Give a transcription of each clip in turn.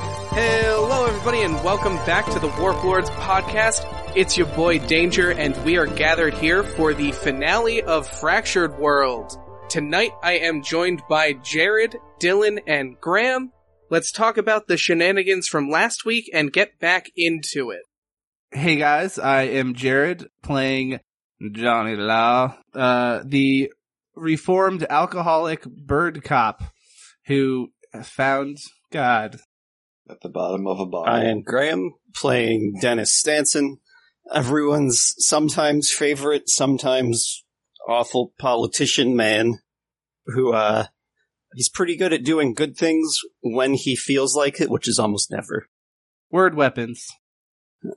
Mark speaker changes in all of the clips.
Speaker 1: Hello, everybody, and welcome back to the Warp Lords podcast. It's your boy Danger, and we are gathered here for the finale of Fractured World. Tonight, I am joined by Jared, Dylan, and Graham. Let's talk about the shenanigans from last week and get back into it.
Speaker 2: Hey guys, I am Jared playing Johnny Law, uh, the reformed alcoholic bird cop who found God.
Speaker 3: at the bottom of a bottle.
Speaker 4: I am Graham, playing Dennis Stanson, everyone's sometimes favorite, sometimes awful politician man who, uh, he's pretty good at doing good things when he feels like it, which is almost never.
Speaker 2: Word weapons.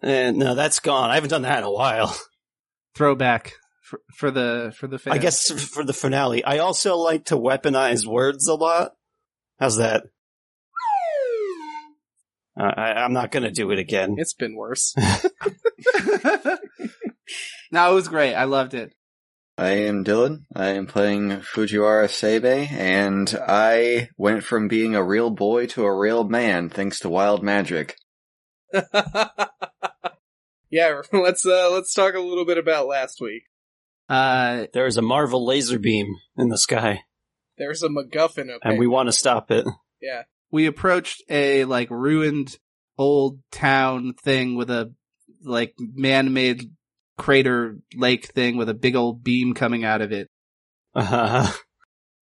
Speaker 4: And no, that's gone. I haven't done that in a while.
Speaker 2: Throwback for, for the, for the fans.
Speaker 4: I guess for the finale, I also like to weaponize words a lot. How's that? Uh, I, I'm not gonna do it again.
Speaker 1: It's been worse.
Speaker 2: no, it was great. I loved it.
Speaker 3: I am Dylan. I am playing Fujiwara Seibe, and I went from being a real boy to a real man thanks to wild magic.
Speaker 1: yeah, let's uh, let's talk a little bit about last week.
Speaker 2: Uh,
Speaker 4: There is a Marvel laser beam in the sky.
Speaker 1: There's a MacGuffin up
Speaker 4: and we want to stop it.
Speaker 1: yeah,
Speaker 2: we approached a like ruined old town thing with a like man-made crater lake thing with a big old beam coming out of it.
Speaker 4: Uh,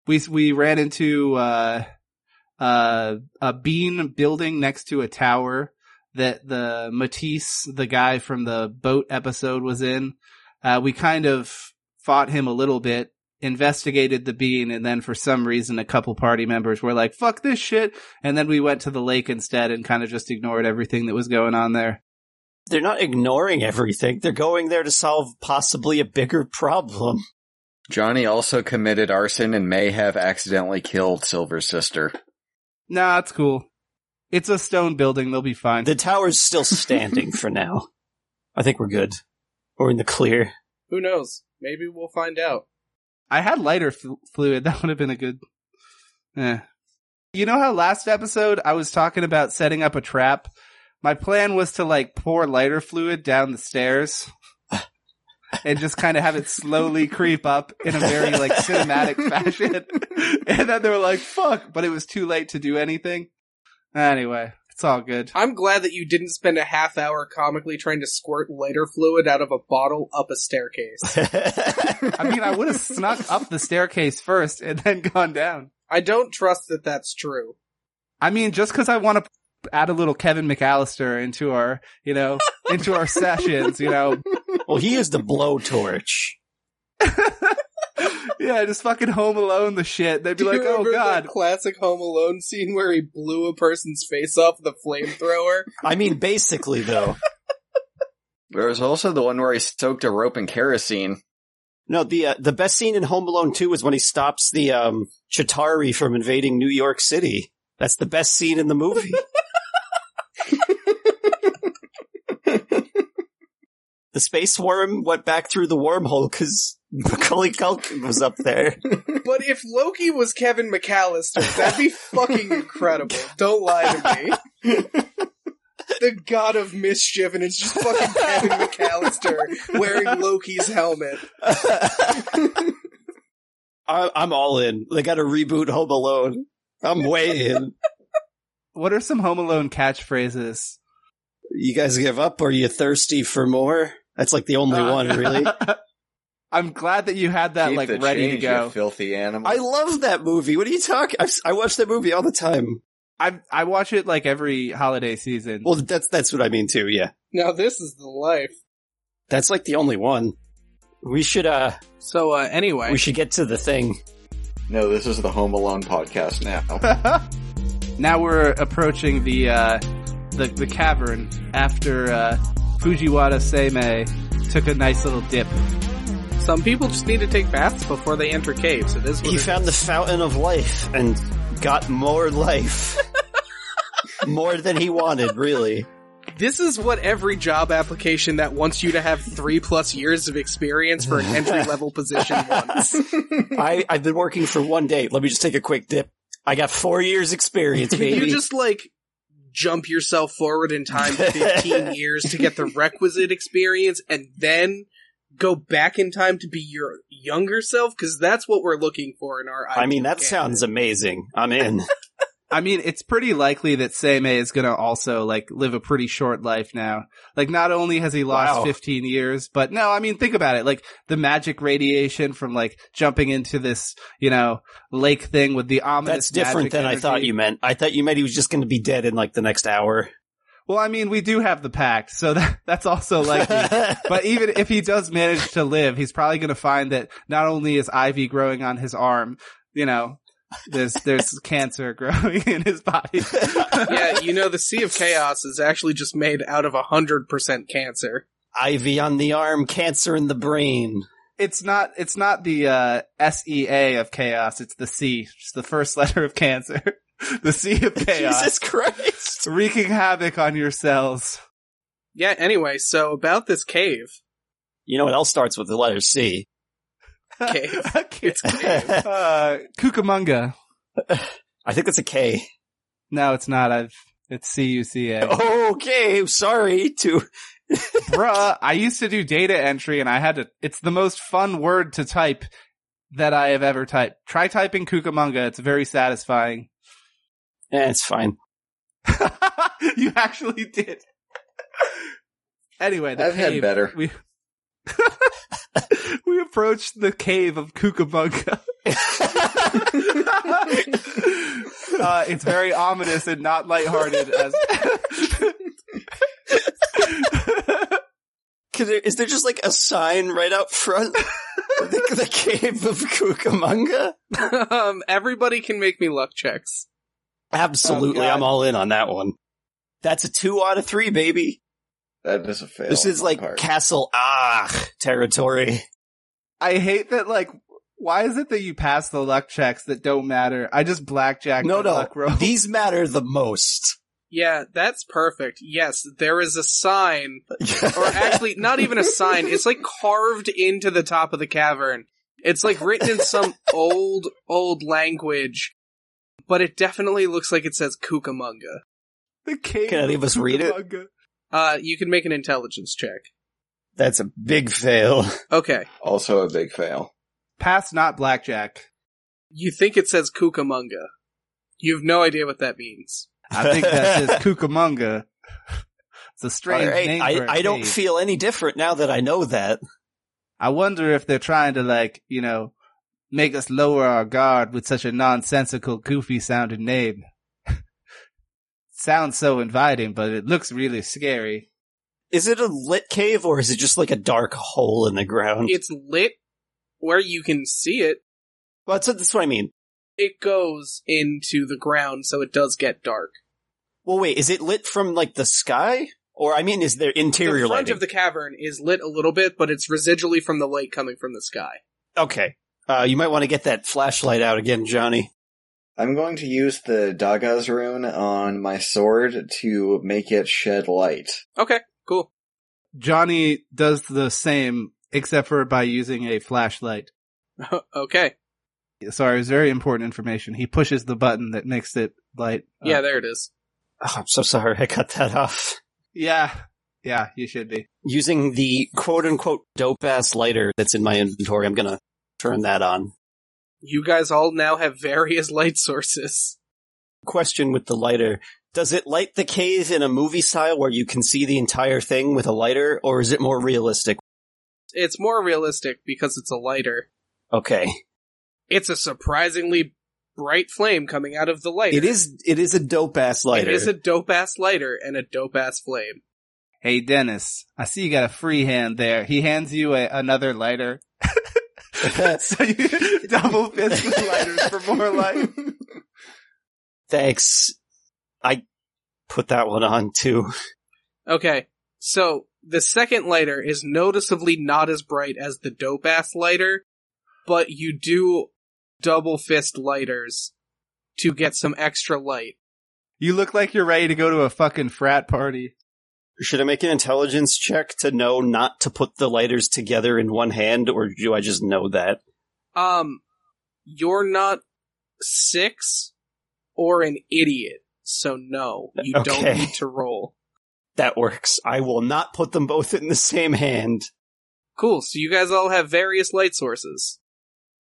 Speaker 2: We we ran into uh, uh, a bean building next to a tower that the Matisse, the guy from the boat episode, was in. Uh, we kind of fought him a little bit, investigated the bean, and then for some reason, a couple party members were like, "Fuck this shit," and then we went to the lake instead and kind of just ignored everything that was going on there.
Speaker 4: they're not ignoring everything. They're going there to solve possibly a bigger problem.
Speaker 3: Johnny also committed arson and may have accidentally killed Silver's sister.
Speaker 2: Nah, it's cool. It's a stone building; they'll be fine.
Speaker 4: The tower's still standing for now. I think we're good. We're in the clear.
Speaker 1: who knows? Maybe we'll find out.
Speaker 2: I had lighter fl- fluid. That would have been a good. Eh. You know how last episode I was talking about setting up a trap? My plan was to like pour lighter fluid down the stairs and just kind of have it slowly creep up in a very like cinematic fashion. and then they were like, fuck, but it was too late to do anything. Anyway, it's all good.
Speaker 1: I'm glad that you didn't spend a half hour comically trying to squirt lighter fluid out of a bottle up a staircase.
Speaker 2: I mean, I would have snuck up the staircase first and then gone down.
Speaker 1: I don't trust that that's true.
Speaker 2: I mean, just because I want to add a little Kevin McAllister into our, you know, into our sessions, you know.
Speaker 4: well, he used a blowtorch.
Speaker 2: yeah, just fucking Home Alone the shit. They'd
Speaker 1: Do
Speaker 2: be
Speaker 1: you
Speaker 2: like, oh
Speaker 1: remember
Speaker 2: god.
Speaker 1: the classic Home Alone scene where he blew a person's face off with a flamethrower?
Speaker 4: I mean, basically, though.
Speaker 3: There was also the one where he soaked a rope in kerosene.
Speaker 4: No, the uh, the best scene in Home Alone 2 is when he stops the um, Chitari from invading New York City. That's the best scene in the movie. the space worm went back through the wormhole because Macaulay Culkin was up there.
Speaker 1: but if Loki was Kevin McAllister, that'd be fucking incredible. Don't lie to me. The god of mischief, and it's just fucking Kevin McAllister wearing Loki's helmet.
Speaker 4: I, I'm all in. They got to reboot Home Alone. I'm way in.
Speaker 2: What are some Home Alone catchphrases?
Speaker 4: You guys give up? Or are you thirsty for more? That's like the only
Speaker 2: Uh,
Speaker 4: one, really.
Speaker 2: I'm glad that you had that
Speaker 3: Keep
Speaker 2: like
Speaker 3: the
Speaker 2: ready to
Speaker 3: change,
Speaker 2: go.
Speaker 3: you filthy animal.
Speaker 4: I love that movie. What are you talking? I've, I watch that movie all the time.
Speaker 2: I I watch it like every holiday season.
Speaker 4: Well, that's that's what I mean too. Yeah,
Speaker 1: Now this is the life.
Speaker 4: that's like the only one. We should uh,
Speaker 1: So uh anyway.
Speaker 4: we should get to the thing.
Speaker 3: no, this is the Home Alone podcast now.
Speaker 2: now we're approaching the uh, the, the cavern after uh, Fujiwara Seimei took a nice little dip.
Speaker 1: Some people just need to take baths before they enter caves. It is what
Speaker 4: He
Speaker 1: it-
Speaker 4: found the fountain of life and got more life, more than he wanted. Really,
Speaker 1: this is what every job application that wants you to have three plus years of experience for an entry level position wants.
Speaker 4: I I've been working for one day. Let me just take a quick dip. I got four years experience, baby.
Speaker 1: You just like jump yourself forward in time 15 years to get the requisite experience and then go back in time to be your younger self because that's what we're looking for in our
Speaker 4: I mean,
Speaker 1: ideal
Speaker 4: that
Speaker 1: candidate.
Speaker 4: sounds amazing. I'm in.
Speaker 2: I mean, it's pretty likely that Seimei is going to also like live a pretty short life now. Like, not only has he lost
Speaker 4: Wow.
Speaker 2: 15 years, but no, I mean, think about it. Like the magic radiation from like jumping into this, you know, lake thing with the ominous.
Speaker 4: That's
Speaker 2: magic
Speaker 4: different than I thought
Speaker 2: energy.
Speaker 4: you meant. I thought you meant he was just going to be dead in like the next hour.
Speaker 2: Well, I mean, we do have the pact, so that, that's also likely. but even if he does manage to live, he's probably going to find that not only is ivy growing on his arm, you know, there's there's cancer growing in his body.
Speaker 1: yeah, you know, the Sea of Chaos is actually just made out of 100% cancer.
Speaker 4: Ivy on the arm, cancer in the brain.
Speaker 2: It's not it's not the uh, S E A of chaos. It's the C, just the first letter of cancer. the C of chaos,
Speaker 4: Jesus Christ.
Speaker 2: wreaking havoc on your cells.
Speaker 1: Yeah, anyway, so about this cave.
Speaker 4: You know what else starts with the letter C?
Speaker 1: Cave. It's cave.
Speaker 2: uh, Cucamonga.
Speaker 4: I think it's a K.
Speaker 2: No, it's not. I've it's C U C A.
Speaker 4: Oh. Okay, sorry to
Speaker 2: Bruh, I used to do data entry and I had to, it's the most fun word to type that I have ever typed. Try typing Cucamonga. It's very satisfying.
Speaker 4: Eh, it's fine.
Speaker 2: you actually did. anyway, the
Speaker 3: I've had
Speaker 2: cave-
Speaker 3: better.
Speaker 2: We, we approached the cave of Cucamonga. uh, it's very ominous and not lighthearted as,
Speaker 4: Could there, is there just like a sign right out front? the, the cave of Cucamonga?
Speaker 1: um, everybody can make me luck checks.
Speaker 4: Absolutely,
Speaker 2: Oh, God.
Speaker 4: I'm all in on that one. That's a two out of three, baby.
Speaker 3: That is a fail.
Speaker 4: this
Speaker 3: on
Speaker 4: is
Speaker 3: my
Speaker 4: like
Speaker 3: part.
Speaker 4: Castle Ah territory.
Speaker 2: I hate that. Like, why is it that you pass the luck checks that don't matter? I just blackjack
Speaker 4: No,
Speaker 2: the
Speaker 4: no.
Speaker 2: luck roll.
Speaker 4: These matter the most.
Speaker 1: Yeah, that's perfect. Yes, there is a sign, or actually, not even a sign. It's like carved into the top of the cavern. It's like written in some old, old language, but it definitely looks like it says Cucamonga.
Speaker 2: the king.
Speaker 4: Can any of us read it?
Speaker 1: Uh, you can make an intelligence check.
Speaker 4: That's a big fail.
Speaker 1: Okay.
Speaker 3: also a big fail.
Speaker 2: Pass not blackjack.
Speaker 1: You think it says Cucamonga. You have no idea what that means.
Speaker 2: I think that says Cucamonga. It's a strange
Speaker 4: All right,
Speaker 2: name.
Speaker 4: I,
Speaker 2: for a
Speaker 4: I don't
Speaker 2: cave.
Speaker 4: feel any different now that I know that.
Speaker 2: I wonder if they're trying to like, you know, make us lower our guard with such a nonsensical, goofy sounding name. Sounds so inviting, but it looks really scary.
Speaker 4: Is it a lit cave or is it just like a dark hole in the ground?
Speaker 1: It's lit where you can see it.
Speaker 4: well, that's, that's what I mean.
Speaker 1: It goes into the ground, so it does get dark.
Speaker 4: Well, wait, is it lit from like the sky? Or I mean, is there interior
Speaker 1: the front
Speaker 4: lighting?
Speaker 1: of the cavern is lit a little bit, but it's residually from the light coming from the sky.
Speaker 4: okay. Uh, you might want to get that flashlight out again, Johnny.
Speaker 3: I'm going to use the Daga's rune on my sword to make it shed light.
Speaker 1: Okay, cool.
Speaker 2: Johnny does the same, except for by using a flashlight.
Speaker 4: Uh.
Speaker 1: okay,
Speaker 2: Sorry, it was very important information. He pushes the button that makes it light. up.
Speaker 1: yeah, there it is.
Speaker 4: Oh, I'm so sorry. I cut that off.
Speaker 2: yeah, yeah. You should be.
Speaker 4: Using the quote unquote dope ass lighter that's in my inventory, I'm going to turn that on.
Speaker 1: You guys all now have various light sources.
Speaker 4: Question with the lighter. Does it light the cave in a movie style where you can see the entire thing with a lighter, or is it more realistic?
Speaker 1: It's more realistic because it's a lighter.
Speaker 4: Okay.
Speaker 1: It's a surprisingly bright flame coming out of the lighter.
Speaker 4: It is, it is a dope ass lighter.
Speaker 1: It is a dope ass lighter and a dope ass flame.
Speaker 2: Hey, Dennis. I see you got a free hand there. He hands you a, another lighter, so you double fist the lighters for more light.
Speaker 4: Thanks. I put that one on too.
Speaker 1: Okay, so the second lighter is noticeably not as bright as the dope ass lighter, but you do double fist lighters to get some extra light.
Speaker 2: You look like you're ready to go to a fucking frat party.
Speaker 4: Should I make an intelligence check to know not to put the lighters together in one hand, or do I just know that?
Speaker 1: Um, you're not six or an idiot, so no, you
Speaker 4: Okay.
Speaker 1: don't need to roll.
Speaker 4: That works. I will not put them both in the same hand.
Speaker 1: Cool. So you guys all have various light sources.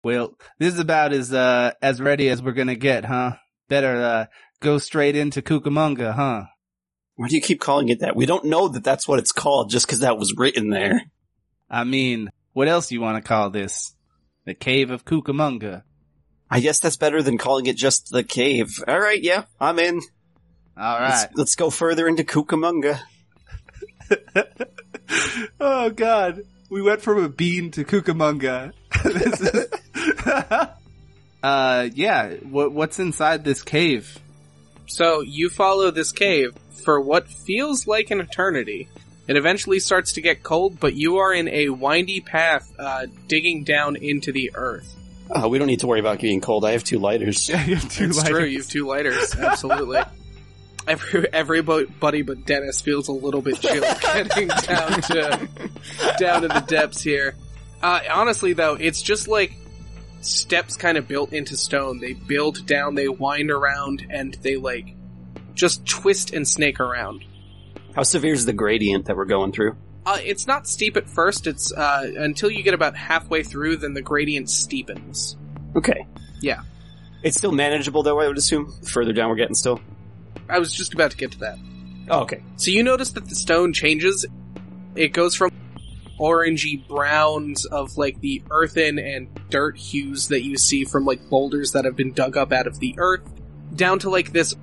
Speaker 2: Well, this is about as uh as ready as we're gonna get, huh? Better uh go straight into Cucamonga, huh?
Speaker 4: Why do you keep calling it that? We don't know that that's what it's called just because that was written there.
Speaker 2: I mean, what else you want to call this? The Cave of Cucamonga.
Speaker 4: I guess that's better than calling it just the cave. All right, yeah, I'm in.
Speaker 2: All right.
Speaker 4: Let's, let's go further into Cucamonga.
Speaker 2: oh God, we went from a bean to Cucamonga. this is. uh, yeah. What what's inside this cave?
Speaker 1: So you follow this cave for what feels like an eternity. It eventually starts to get cold, but you are in a windy path, uh, digging down into the earth.
Speaker 4: Oh, we don't need to worry about being cold. I have two lighters.
Speaker 2: you have two
Speaker 1: It's true. You have two lighters. Absolutely. Every everybody but Dennis feels a little bit chilly getting down to down to the depths here. Uh, honestly, though, it's just like steps kind of built into stone. They build down, they wind around, and they like just twist and snake around.
Speaker 4: How severe is the gradient that we're going through?
Speaker 1: Uh, it's not steep at first. It's uh, until you get about halfway through, then the gradient steepens.
Speaker 4: Okay.
Speaker 1: Yeah.
Speaker 4: It's still manageable, though, I would assume. Further down we're getting still.
Speaker 1: I was just about to get to that.
Speaker 4: Oh, okay.
Speaker 1: So you notice that the stone changes. It goes from orangey browns of like the earthen and dirt hues that you see from like boulders that have been dug up out of the earth down to like this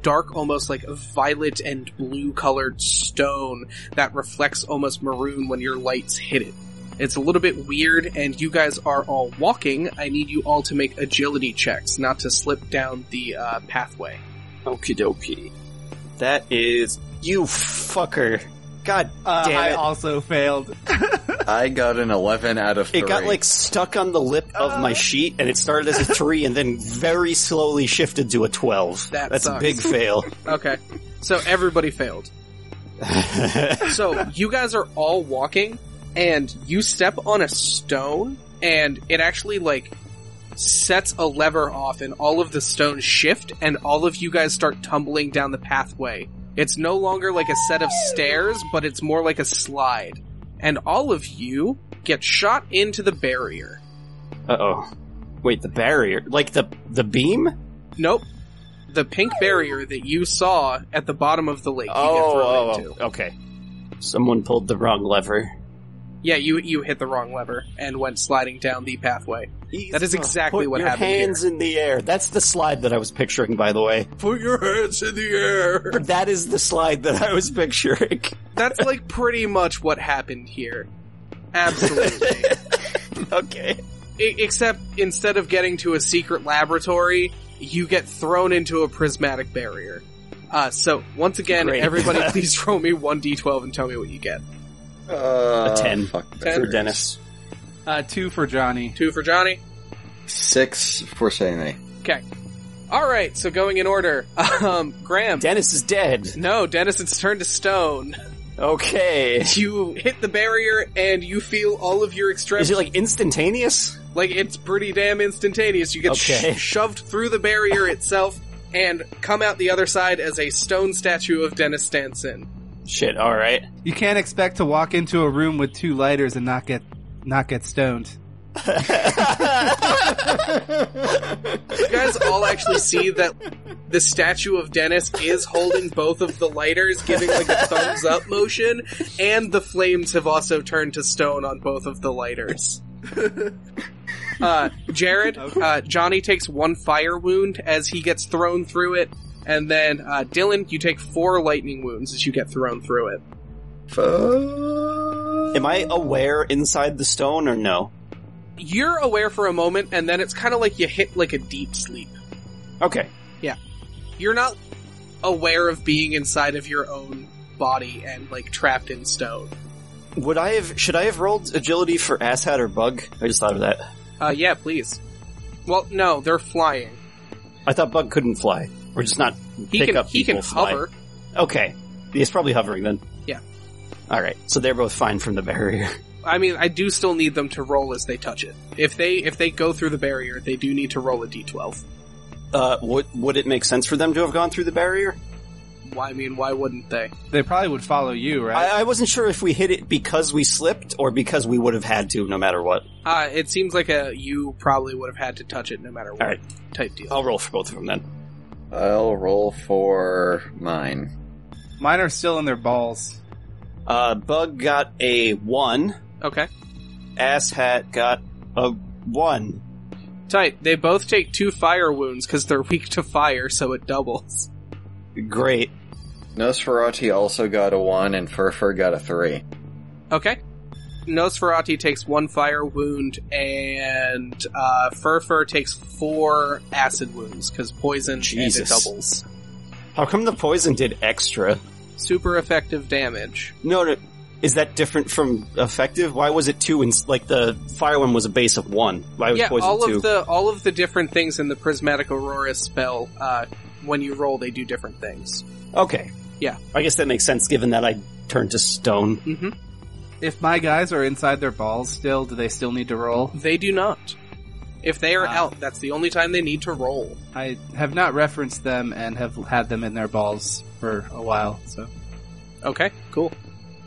Speaker 1: dark almost like violet and blue colored stone that reflects almost maroon when your lights hit it. It's a little bit weird and you guys are all walking. I need you all to make agility checks not to slip down the uh, pathway.
Speaker 4: Okie dokie. That is. You fucker. God
Speaker 2: Uh,
Speaker 4: damn
Speaker 2: I
Speaker 4: it.
Speaker 2: also failed.
Speaker 3: I got an 11 out of 3.
Speaker 4: It got like stuck on the lip of
Speaker 1: Ah.
Speaker 4: my sheet, and it started as a three, and then very slowly shifted to a twelve.
Speaker 1: That
Speaker 4: That's
Speaker 1: sucks.
Speaker 4: a big fail.
Speaker 1: Okay. So everybody failed. so you guys are all walking and you step on a stone and it actually like sets a lever off and all of the stones shift and all of you guys start tumbling down the pathway. It's no longer like a set of stairs, but it's more like a slide. And all of you get shot into the barrier.
Speaker 4: uh oh. Wait, the barrier, like the the beam?
Speaker 1: Nope. The pink barrier that you saw at the bottom of the lake you
Speaker 4: Oh,
Speaker 1: get thrown into.
Speaker 4: okay. Someone pulled the wrong lever.
Speaker 1: Yeah, you you hit the wrong lever and went sliding down the pathway. That is exactly
Speaker 4: Put
Speaker 1: what
Speaker 4: your
Speaker 1: happened
Speaker 4: hands in the air. That's the slide that I was picturing, by the way.
Speaker 1: Put your hands in the air.
Speaker 4: That is the slide that I was picturing.
Speaker 1: That's like pretty much what happened here. Absolutely.
Speaker 4: okay.
Speaker 1: I- except instead of getting to a secret laboratory, you get thrown into a prismatic barrier. Uh, so once again,
Speaker 4: Great.
Speaker 1: everybody, please roll me one d12 and tell me what you get.
Speaker 3: uh,
Speaker 4: A 10.
Speaker 3: fuck
Speaker 1: Ten.
Speaker 4: For
Speaker 3: bears.
Speaker 4: Dennis.
Speaker 2: Uh, two for Johnny.
Speaker 1: Two for Johnny.
Speaker 3: 6 for Sammy.
Speaker 1: All right, so going in order, um, Graham.
Speaker 4: Dennis is dead.
Speaker 1: no, Dennis, it's turned to stone.
Speaker 4: Okay.
Speaker 1: You hit the barrier and you feel all of your extremities.
Speaker 4: Is it like instantaneous?
Speaker 1: Like it's pretty damn instantaneous. You get
Speaker 4: Okay.
Speaker 1: sh- shoved through the barrier itself and come out the other side as a stone statue of Dennis Stanson.
Speaker 4: Shit, alright.
Speaker 2: You can't expect to walk into a room with two lighters and not get not get stoned.
Speaker 1: You guys all actually see that the statue of Dennis is holding both of the lighters, giving like a thumbs up motion, and the flames have also turned to stone on both of the lighters. Uh, Jared, uh, Johnny takes one fire wound as he gets thrown through it, and then uh, Dylan, you take four lightning wounds as you get thrown through it.
Speaker 4: Am I aware inside the stone or no?
Speaker 1: You're aware for a moment, and then it's kind of like you hit like a deep sleep.
Speaker 4: Okay.
Speaker 1: you're not aware of being inside of your own body and like trapped in stone.
Speaker 4: Would I have should I have rolled agility for asshat or bug? I just thought of that.
Speaker 1: Uh, yeah, please. Well, no, they're flying.
Speaker 4: I thought bug couldn't fly. Or just not
Speaker 1: He
Speaker 4: pick
Speaker 1: can
Speaker 4: up
Speaker 1: he
Speaker 4: people
Speaker 1: can
Speaker 4: fly.
Speaker 1: hover.
Speaker 4: Okay. He's probably hovering then.
Speaker 1: Yeah.
Speaker 4: Alright. So they're both fine from the barrier.
Speaker 1: I mean, I do still need them to roll as they touch it. If they if they go through the barrier, they do need to roll a d12.
Speaker 4: Uh, would would it make sense for them to have gone through the barrier?
Speaker 1: Why? I mean, why wouldn't they?
Speaker 2: They probably would follow you, right?
Speaker 4: I, I wasn't sure if we hit it because we slipped or because we would have had to, no matter what.
Speaker 1: Uh, it seems like a you probably would have had to touch it no matter what
Speaker 4: All right.
Speaker 1: type deal.
Speaker 4: I'll roll for both of them then.
Speaker 3: I'll roll for mine.
Speaker 2: Mine are still in their balls.
Speaker 4: Uh, Bug got a one.
Speaker 1: Okay,
Speaker 4: Asshat got a one.
Speaker 1: tight. They both take two fire wounds because they're weak to fire, so it doubles.
Speaker 4: Great.
Speaker 3: Nosferatu also got a 1, and Furfur got a 3.
Speaker 1: Okay. Nosferatu takes one fire wound, and uh, Furfur takes four acid wounds because poison
Speaker 4: Jesus.
Speaker 1: and it doubles.
Speaker 4: How come the poison did extra?
Speaker 1: Super effective damage.
Speaker 4: No, no. Is that different from effective? Why was it two? And like the fire one was a base of one. Why was
Speaker 1: yeah,
Speaker 4: poison
Speaker 1: all
Speaker 4: two?
Speaker 1: of the all of the different things in the prismatic aurora spell. Uh, when you roll, they do different things.
Speaker 4: okay.
Speaker 1: Yeah.
Speaker 4: I guess that makes sense given that I turned to stone.
Speaker 1: hmm
Speaker 2: If my guys are inside their balls still, do they still need to roll?
Speaker 1: They do not. If they are
Speaker 2: Ah.
Speaker 1: out, that's the only time they need to roll.
Speaker 2: I have not referenced them and have had them in their balls for a while, so.
Speaker 1: Okay, cool.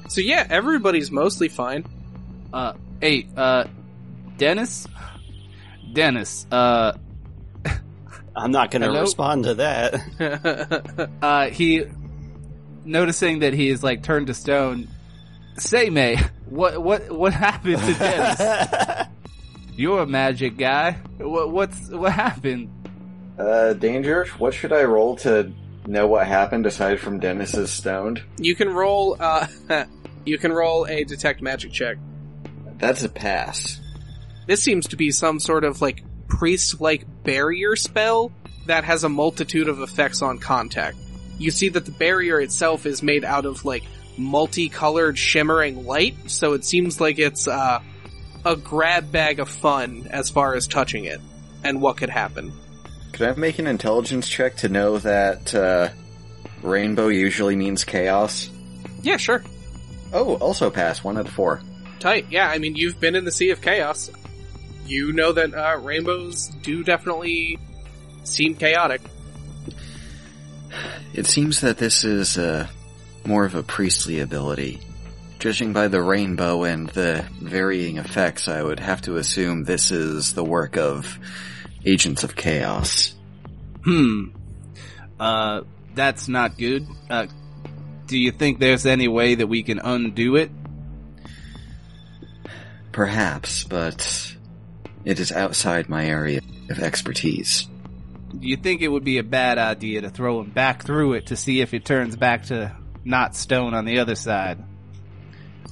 Speaker 1: So yeah, everybody's mostly fine.
Speaker 2: Hey, uh, Dennis? Dennis, uh,
Speaker 4: I'm not going to
Speaker 2: Hello?
Speaker 4: respond to that.
Speaker 2: uh, he, noticing that he is like turned to stone, say, May, what, what, what happened to Dennis? You're a magic guy. What, what's, what happened?
Speaker 3: Uh, Danger, what should I roll to know what happened aside from Dennis is stoned?
Speaker 1: you can roll. Uh, you can roll a detect magic check.
Speaker 3: That's a pass.
Speaker 1: This seems to be some sort of like priest-like barrier spell that has a multitude of effects on contact. You see that the barrier itself is made out of like multicolored shimmering light, so it seems like it's uh, a grab bag of fun as far as touching it and what could happen.
Speaker 3: Could I make an intelligence check to know that, uh, rainbow usually means chaos?
Speaker 1: Yeah, sure.
Speaker 3: Oh, also pass, 1 out of 4.
Speaker 1: Tight. Yeah, I mean, you've been in the Sea of Chaos. You know that uh, rainbows do definitely seem chaotic.
Speaker 3: It seems that this is uh, more of a priestly ability. Judging by the rainbow and the varying effects, I would have to assume this is the work of agents of chaos.
Speaker 2: Hmm. Uh, that's not good. Uh, do you think there's any way that we can undo it?
Speaker 3: Perhaps, but it is outside my area of expertise.
Speaker 2: Do you think it would be a bad idea to throw him back through it to see if it turns back to not stone on the other side?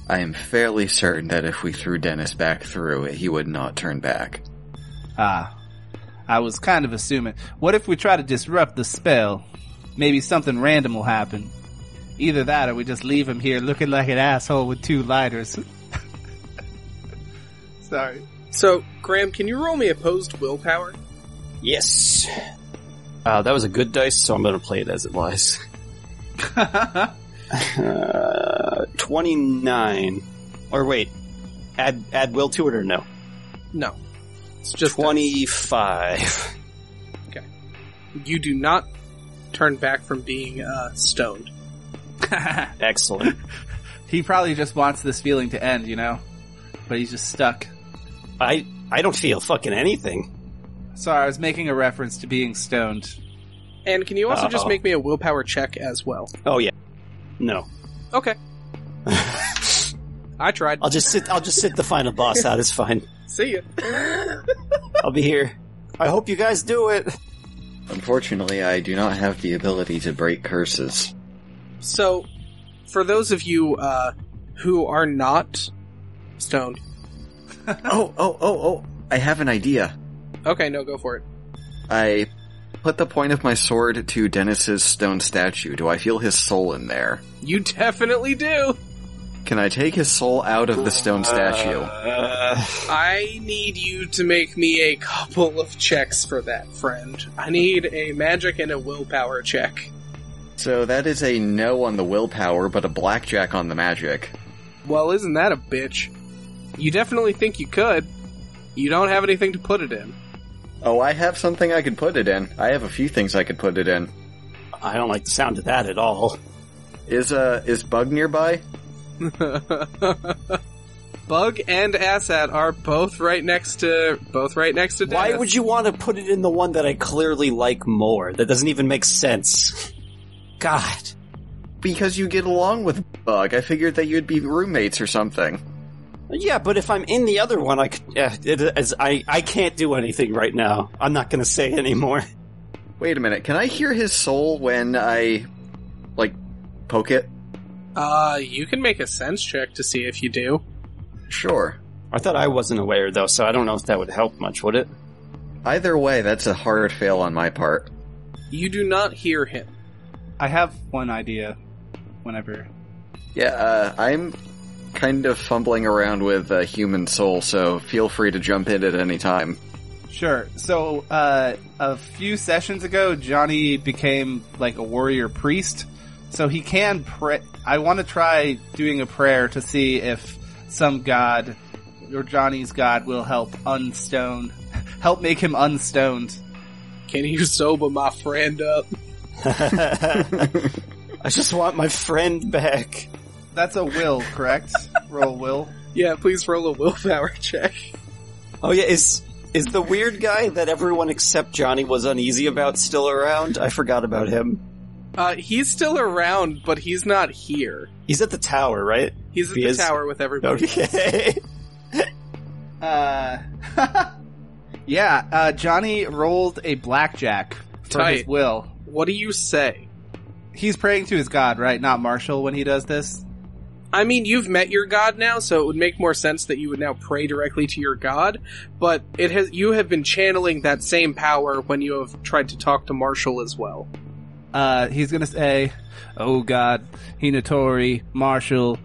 Speaker 3: I am fairly certain that if we threw Dennis back through, he would not turn back.
Speaker 2: Ah, I was kind of assuming. What if we try to disrupt the spell? Maybe something random will happen. Either that or we just leave him here looking like an asshole with two lighters. Sorry.
Speaker 1: So, Graham, can you roll me opposed willpower?
Speaker 4: yes. Uh, that was a good dice, so I'm going to play it as it lies. Uh, 29. Or wait, add add will to it or no?
Speaker 1: No. It's just
Speaker 4: 25.
Speaker 1: that You do not turn back from being uh, stoned.
Speaker 4: Excellent.
Speaker 2: he probably just wants this feeling to end, you know? But he's just stuck.
Speaker 4: I I don't feel fucking anything.
Speaker 2: Sorry, I was making a reference to being stoned.
Speaker 1: And can you also just
Speaker 4: Uh-oh.
Speaker 1: make me a willpower check as well?
Speaker 4: Oh yeah. No.
Speaker 1: Okay. I tried.
Speaker 4: I'll just sit I'll just sit the final boss out. It's fine.
Speaker 1: See ya.
Speaker 4: I'll be here. I hope you guys do it.
Speaker 3: Unfortunately, I do not have the ability to break curses.
Speaker 1: So, for those of you uh, who are not stoned,
Speaker 3: oh, oh, oh, oh! I have an idea.
Speaker 1: okay, no, go for it.
Speaker 3: I put the point of my sword to Dennis's stone statue. Do I feel his soul in there?
Speaker 1: You definitely do.
Speaker 3: Can I take his soul out of the stone statue?
Speaker 4: Uh,
Speaker 1: I need you to make me a couple of checks for that, friend. I need a magic and a willpower check.
Speaker 3: So that is a no on the willpower, but a blackjack on the magic.
Speaker 1: Well, isn't that a bitch? You definitely think you could. You don't have anything to put it in.
Speaker 3: Oh, I have something I could put it in. I have a few things I could put it in.
Speaker 4: I don't like the sound of that at all.
Speaker 3: Is uh is Bug nearby?
Speaker 1: Bug and Assat are both right next to both right next to
Speaker 4: Why
Speaker 1: Dennis.
Speaker 4: would you want to put it in the one that I clearly like more? That doesn't even make sense. God.
Speaker 3: Because you get along with Bug. I figured that you'd be roommates or something.
Speaker 4: Yeah, but if I'm in the other one, I could, yeah, it is, I I can't do anything right now. I'm not going to say anymore.
Speaker 3: Wait a minute. Can I hear his soul when I like poke it?
Speaker 1: uh, you can make a sense check to see if you do.
Speaker 3: Sure.
Speaker 4: I thought I wasn't aware though, so I don't know if that would help much, would it?
Speaker 3: Either way, that's a hard fail on my part.
Speaker 1: You do not hear him.
Speaker 2: I have one idea. Whenever
Speaker 3: Yeah, uh, I'm kind of fumbling around with uh, human soul, so feel free to jump in at any time.
Speaker 2: Sure. So, uh, a few sessions ago, Johnny became like a warrior priest. So he can pray. I want to try doing a prayer to see if some god or Johnny's god will help unstoned, help make him unstoned.
Speaker 1: Can you sober my friend up?
Speaker 4: I just want my friend back.
Speaker 2: That's a will, correct? Roll will.
Speaker 1: Yeah, please roll a willpower check.
Speaker 4: Oh yeah, is is the weird guy that everyone except Johnny was uneasy about still around? I forgot about him.
Speaker 1: Uh, he's still around, but he's not here.
Speaker 4: He's at the tower, right?
Speaker 1: He's at
Speaker 4: He
Speaker 1: the
Speaker 4: is-
Speaker 1: tower with everybody.
Speaker 4: Okay.
Speaker 2: Uh, yeah. Uh, Johnny rolled a blackjack for his
Speaker 1: Tight.
Speaker 2: will.
Speaker 1: What do you say?
Speaker 2: He's praying to his god, right? Not Marshall when he does this.
Speaker 1: I mean, you've met your god now, so it would make more sense that you would now pray directly to your god. But it has you have been channeling that same power when you have tried to talk to Marshall as well.
Speaker 2: uh, he's gonna say, "Oh God, Hinatori, Marshall,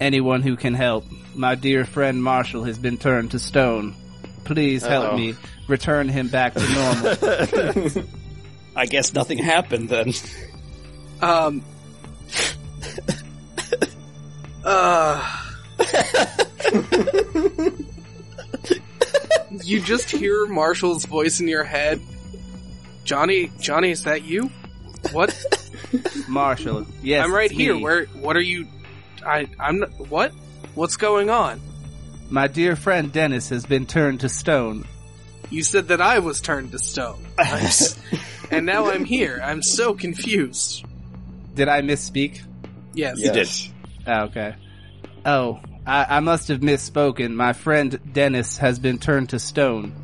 Speaker 2: anyone who can help. My dear friend Marshall has been turned to stone. Please help
Speaker 4: Uh-oh.
Speaker 2: me return him back to normal."
Speaker 4: I guess nothing happened then.
Speaker 1: Um. uh, you just hear Marshall's voice in your head. Johnny, Johnny, is that you? What?
Speaker 2: Marshall, yes,
Speaker 1: I'm right
Speaker 2: it's
Speaker 1: here.
Speaker 2: me.
Speaker 1: Where? What are you? I. I'm. Not, what? What's going on?
Speaker 2: my dear friend Dennis has been turned to stone.
Speaker 1: You said that I was turned to stone, and now I'm here. I'm so confused.
Speaker 2: Did I misspeak?
Speaker 1: Yes.
Speaker 4: You did.
Speaker 2: Oh, okay. Oh, I, I must have misspoken. My friend Dennis has been turned to stone.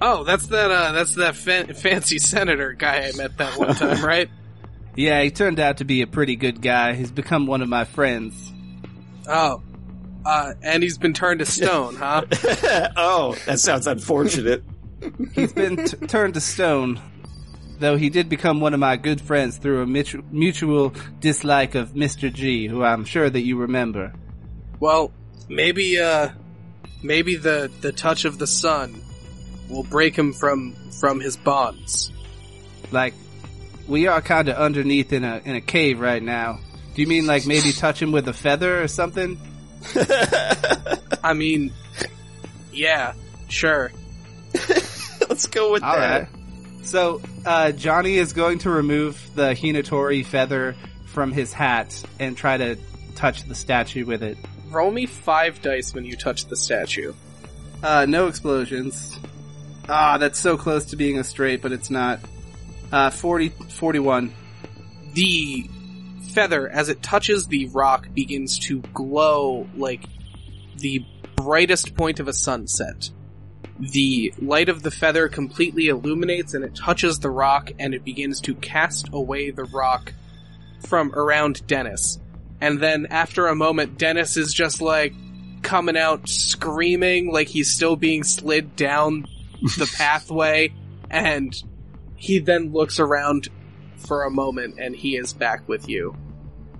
Speaker 1: Oh, that's that. Uh, that's that fan- fancy senator guy I met that one time, right?
Speaker 2: Yeah, he turned out to be a pretty good guy. He's become one of my friends.
Speaker 1: Oh. Uh, and he's been turned to stone, huh?
Speaker 4: oh, that sounds unfortunate.
Speaker 2: He's been t- turned to stone, though he did become one of my good friends through a mutu- mutual dislike of Mr. G, who I'm sure that you remember.
Speaker 1: Well, maybe, uh, maybe the, the touch of the sun will break him from, from his bonds.
Speaker 2: Like, we are kind of underneath in a in a cave right now. Do you mean like maybe touch him with a feather or something?
Speaker 1: I mean, yeah, sure.
Speaker 4: Let's go with
Speaker 2: All right.
Speaker 4: that.
Speaker 2: So uh, Johnny is going to remove the Hinatori feather from his hat and try to touch the statue with it.
Speaker 1: Roll me five dice when you touch the statue.
Speaker 2: Uh, no explosions. Ah, that's so close to being a straight, but it's not. Uh, 40, 41.
Speaker 1: The feather, as it touches the rock, begins to glow like the brightest point of a sunset. The light of the feather completely illuminates and it touches the rock and it begins to cast away the rock from around Dennis. And then after a moment, Dennis is just like coming out screaming like he's still being slid down the pathway. And he then looks around for a moment and he is back with you.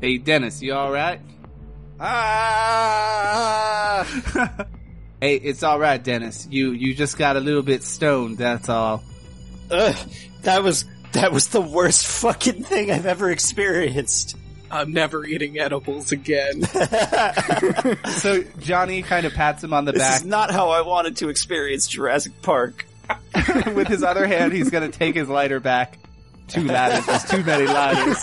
Speaker 2: Hey, Dennis, you alright? Ah! hey, it's alright, Dennis. You, you just got a little bit stoned, that's all.
Speaker 4: Ugh, that was that was the worst fucking thing I've ever experienced.
Speaker 1: I'm never eating edibles again.
Speaker 4: this
Speaker 2: So Johnny kind of pats him on the back.
Speaker 4: is not how I wanted to experience Jurassic Park.
Speaker 2: With his other hand, he's going to take his lighter back. Two ladders. There's too many ladders.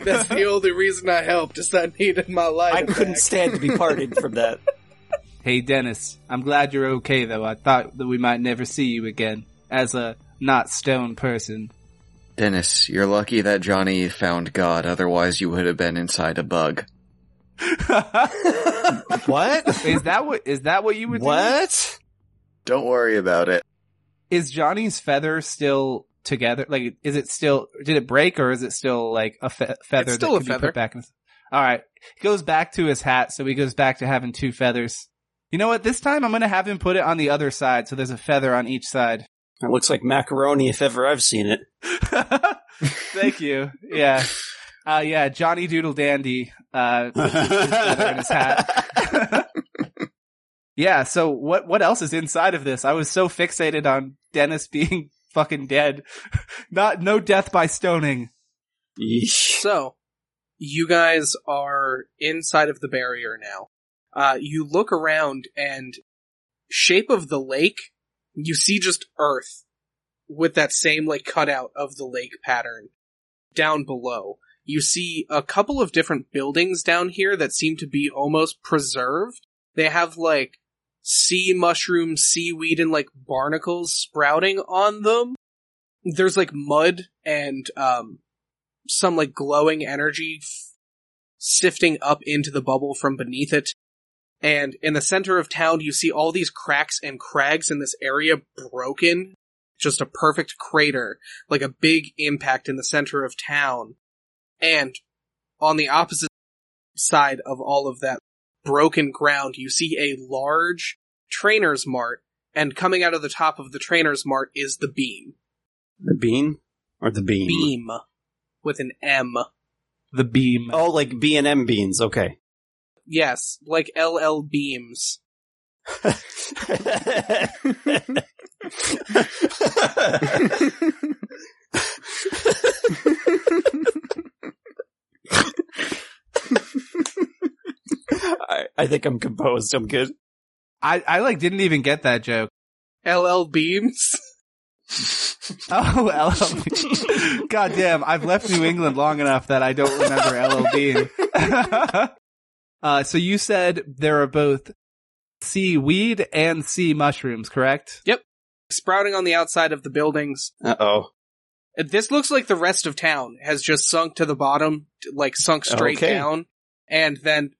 Speaker 1: That's the only reason I helped is I needed my life.
Speaker 4: I couldn't stand to be parted from that.
Speaker 2: Hey, Dennis. I'm glad you're okay, though. I thought that we might never see you again as a not stone person.
Speaker 3: Dennis, you're lucky that Johnny found God, otherwise you would have been inside a bug.
Speaker 4: What?
Speaker 2: Is that what? Is that what you would? do?
Speaker 4: what?
Speaker 3: Don't worry about it.
Speaker 2: Is Johnny's feather still together? Like, is it still? Did it break, or is it still like a fe- feather
Speaker 1: It's still
Speaker 2: that
Speaker 1: a
Speaker 2: could be
Speaker 1: feather.
Speaker 2: put back? In- All right, he goes back to his hat, so he goes back to having two feathers. You know what? This time I'm going to have him put it on the other side, so there's a feather on each side.
Speaker 4: It looks like macaroni if ever I've seen it.
Speaker 2: Thank you. Yeah. Uh, yeah, Johnny Doodle Dandy, uh, with his feather in his hat. yeah, so what, what else is inside of this? I was so fixated on Dennis being fucking dead. Not, no death by stoning.
Speaker 4: Yeesh.
Speaker 1: So, you guys are inside of the barrier now. Uh, you look around and shape of the lake, you see just earth with that same like cutout of the lake pattern down below. You see a couple of different buildings down here that seem to be almost preserved. They have like sea mushroom, seaweed, and like barnacles sprouting on them. There's like mud and um, some like glowing energy f- sifting up into the bubble from beneath it. And in the center of town, you see all these cracks and crags in this area broken. Just a perfect crater, like a big impact in the center of town. And on the opposite side of all of that broken ground, you see a large trainer's mart. And coming out of the top of the trainer's mart is the beam.
Speaker 4: The bean? Or the beam?
Speaker 1: Beam. With an M.
Speaker 2: The beam.
Speaker 4: Oh, like B and M beans. Okay.
Speaker 1: Yes, like LL Beams.
Speaker 4: I, I think I'm composed. I'm good.
Speaker 2: I, I like didn't even get that joke.
Speaker 1: LL Beams?
Speaker 2: Oh, LL. God damn, I've left New England long enough that I don't remember LLB. uh, so you said there are both sea weed and sea mushrooms, correct?
Speaker 1: Sprouting on the outside of the buildings.
Speaker 4: Uh oh.
Speaker 1: Uh, This looks like the rest of town has just sunk to the bottom, t- like sunk straight
Speaker 4: Okay.
Speaker 1: down, and then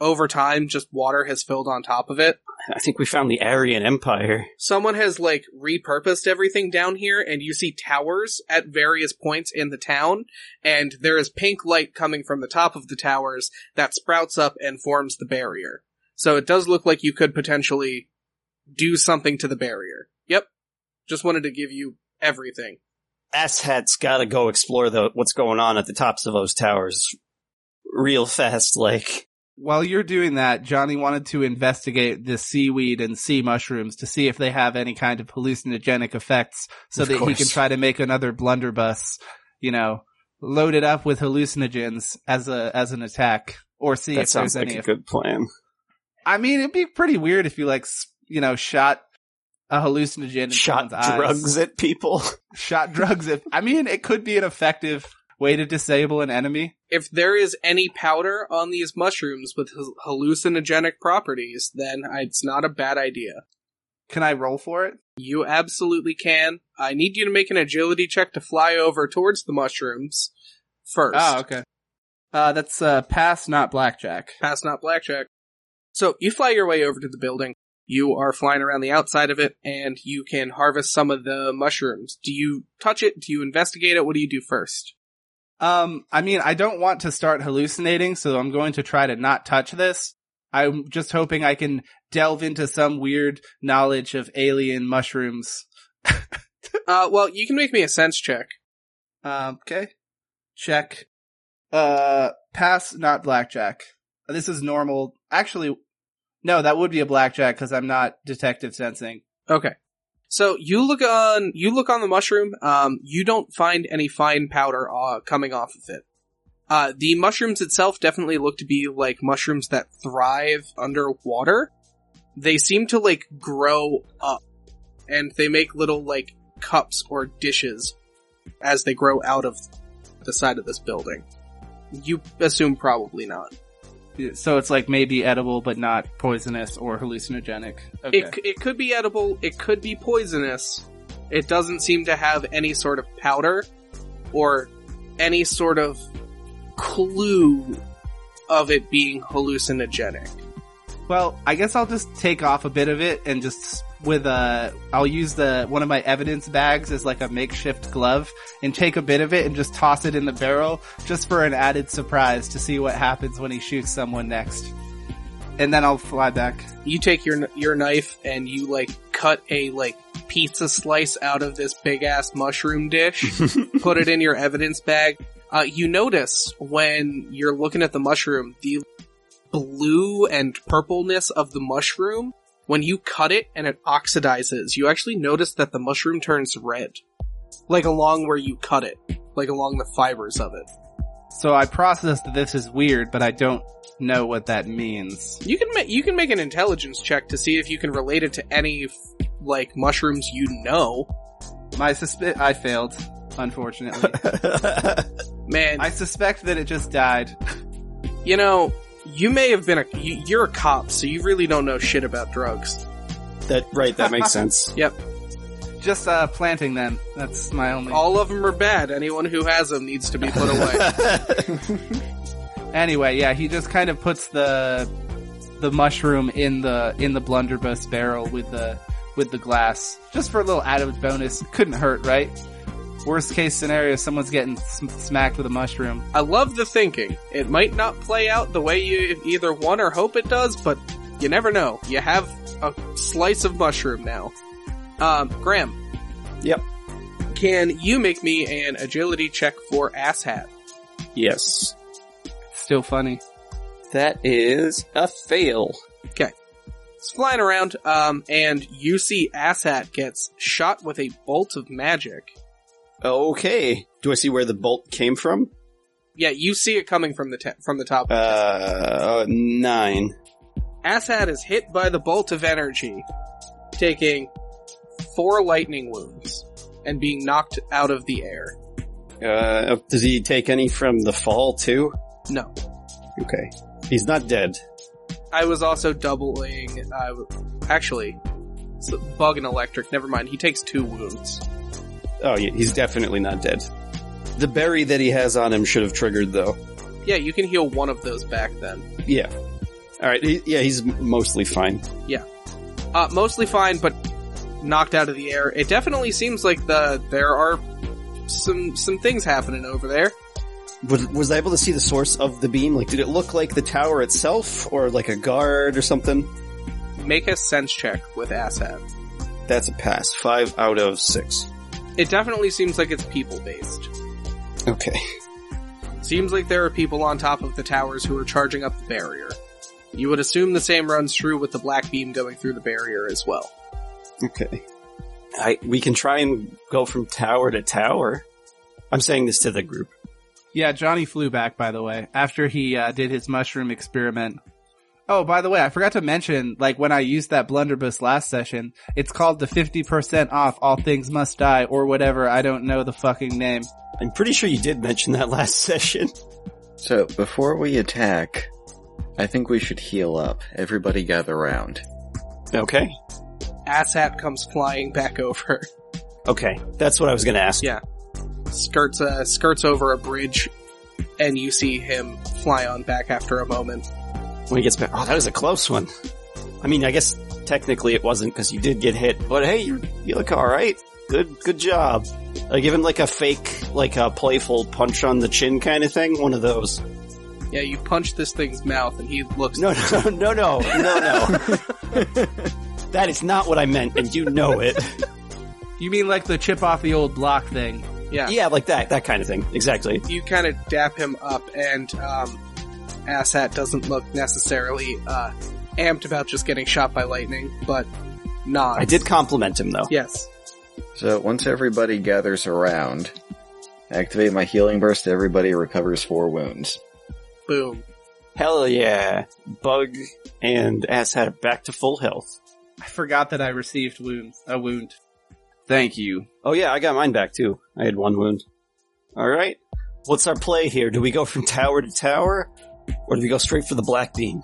Speaker 1: over time, just water has filled on top of it.
Speaker 4: I think we found the Aryan Empire.
Speaker 1: Someone has like repurposed everything down here, and you see towers at various points in the town, and there is pink light coming from the top of the towers that sprouts up and forms the barrier. So it does look like you could potentially do something to the barrier. Yep. Just wanted to give you everything.
Speaker 4: Asshat's gotta go explore the what's going on at the tops of those towers real fast, like.
Speaker 2: While you're doing that, Johnny wanted to investigate the seaweed and sea mushrooms to see if they have any kind of hallucinogenic effects so
Speaker 4: Of
Speaker 2: that he
Speaker 4: course.
Speaker 2: can try to make another blunderbuss, you know, load it up with hallucinogens as a, as an attack or see
Speaker 4: that
Speaker 2: if there's
Speaker 4: sounds like
Speaker 2: any
Speaker 4: a good plan.
Speaker 2: I mean, it'd be pretty weird if you like, s- you know, shot a hallucinogen in
Speaker 4: Shot
Speaker 2: someone's eyes.
Speaker 4: drugs at people.
Speaker 2: Shot drugs. If I mean, it could be an effective way to disable an enemy.
Speaker 1: if there is any powder on these mushrooms with hal- hallucinogenic properties, then it's not a bad idea.
Speaker 2: Can I roll for it?
Speaker 1: You absolutely can. I need you to make an agility check to fly over towards the mushrooms first.
Speaker 4: Ah,
Speaker 2: Oh, okay. Uh, that's uh, pass, not blackjack.
Speaker 1: Pass not blackjack. So you fly your way over to the building. You are flying around the outside of it, and you can harvest some of the mushrooms. Do you touch it? Do you investigate it? What do you do first?
Speaker 2: Um, I mean, I don't want to start hallucinating, so I'm going to try to not touch this. I'm just hoping I can delve into some weird knowledge of alien mushrooms.
Speaker 1: Uh, well, you can make me a sense check.
Speaker 2: Um, okay. Check. Uh, pass, not blackjack. This is normal. Actually, no, that would be a blackjack because I'm not detective sensing.
Speaker 1: Okay. So you look on you look on the mushroom. Um, you don't find any fine powder uh, coming off of it. Uh, the mushrooms itself definitely look to be like mushrooms that thrive underwater. They seem to like grow up and they make little like cups or dishes as they grow out of the side of this building. You assume probably not.
Speaker 2: So it's like maybe edible, but not poisonous or hallucinogenic. Okay.
Speaker 1: It, c- it could be edible, it could be poisonous. It doesn't seem to have any sort of powder or any sort of clue of it being hallucinogenic.
Speaker 2: Well, I guess I'll just take off a bit of it and just with a, I'll use the one of my evidence bags as like a makeshift glove and take a bit of it and just toss it in the barrel just for an added surprise to see what happens when he shoots someone next. And then I'll fly back.
Speaker 1: You take your kn- your knife and you like cut a like pizza slice out of this big ass mushroom dish, put it in your evidence bag. Uh, you notice when you're looking at the mushroom, the blue and purpleness of the mushroom. When you cut it and it oxidizes, you actually notice that the mushroom turns red, like along where you cut it, like along the fibers of it.
Speaker 2: So I process that this is weird, but I don't know what that means.
Speaker 1: You can ma- you can make an intelligence check to see if you can relate it to any f- like mushrooms you know.
Speaker 2: My susp- I failed, unfortunately.
Speaker 1: Man,
Speaker 2: I suspect that it just died.
Speaker 1: you know, you may have been a you, you're a cop, so you really don't know shit about drugs.
Speaker 4: that right, that makes sense.
Speaker 2: Just, uh, planting them. That's my only.
Speaker 1: All of them are bad. Anyone who has them needs to be put away.
Speaker 2: Anyway, yeah, he just kind of puts the the mushroom in the in the blunderbuss barrel with the with the glass, just for a little added bonus. Couldn't hurt, right? Worst case scenario, someone's getting sm- smacked with a mushroom.
Speaker 1: I love the thinking. It might not play out the way you either want or hope it does, but you never know. You have a slice of mushroom now. Um, Graham.
Speaker 4: Yep.
Speaker 1: Can you make me an agility check for asshat?
Speaker 4: yes.
Speaker 2: Still funny.
Speaker 4: That is a fail.
Speaker 1: It's flying around, um, and you see Asshat gets shot with a bolt of magic.
Speaker 4: Okay. Do I see where the bolt came from?
Speaker 1: Yeah, you see it coming from the te- from the top.
Speaker 4: Uh, nine.
Speaker 1: Asshat is hit by the bolt of energy, taking four lightning wounds and being knocked out of the air.
Speaker 4: Uh, does he take any from the fall too?
Speaker 1: No,
Speaker 4: Okay. He's not dead.
Speaker 1: I was also doubling. I w- actually, it's bug and electric. Never mind. He takes two wounds.
Speaker 4: Oh, yeah, he's definitely not dead. The berry that he has on him should have triggered though.
Speaker 1: Yeah, you can heal one of those back then.
Speaker 4: Yeah. All right. He, yeah, he's m- mostly fine.
Speaker 1: Uh, mostly fine, but knocked out of the air. It definitely seems like the there are some some things happening over there.
Speaker 4: Was, was I able to see the source of the beam? Like, did it look like the tower itself, or like a guard or something?
Speaker 1: Make a sense check with Asshat.
Speaker 4: That's a pass. Five out of six.
Speaker 1: It definitely seems like it's people based.
Speaker 4: Okay.
Speaker 1: Seems like there are people on top of the towers who are charging up the barrier. You would assume the same runs true with the black beam going through the barrier as well.
Speaker 4: Okay. I, we can try and go from tower to tower. I'm saying this to the group.
Speaker 2: Yeah, Johnny flew back, by the way, after he uh, did his mushroom experiment. Oh, by the way, I forgot to mention, like, when I used that blunderbuss last session, it's called the 50% off all things must die or whatever, I don't know the fucking name.
Speaker 4: I'm pretty sure you did mention that last session.
Speaker 3: So, before we attack, I think we should heal up. Everybody gather round.
Speaker 4: Okay.
Speaker 1: Asshat comes flying back over,
Speaker 4: Okay. That's what I was gonna ask.
Speaker 1: Yeah. skirts uh, skirts over a bridge, and you see him fly on back after a moment.
Speaker 4: When he gets back. Oh, that was a close one. I mean, I guess technically it wasn't because you did get hit, but hey, you you look alright. Good, good job. I give him like a fake, like a playful punch on the chin kind of thing. One of those.
Speaker 1: Yeah, you punch this thing's mouth, and he looks.
Speaker 4: No, no, no, no, no, no. that is not what I meant, and you know it.
Speaker 2: You mean like the chip off the old block thing?
Speaker 1: Yeah.
Speaker 4: Yeah, like that, that kind of thing. Exactly.
Speaker 1: You kind of dap him up, and um, Asshat doesn't look necessarily uh, amped about just getting shot by lightning, but not.
Speaker 4: I did compliment him though.
Speaker 1: Yes.
Speaker 3: So, once everybody gathers around, activate my healing burst, everybody recovers four wounds.
Speaker 1: Boom.
Speaker 4: Hell yeah. Bug and ass had it back to full health.
Speaker 2: I forgot that I received wounds. A wound. Thank you.
Speaker 4: Oh yeah, I got mine back too. I had one wound. All right. What's our play here? Do we go from tower to tower, or do we go straight for the black beam?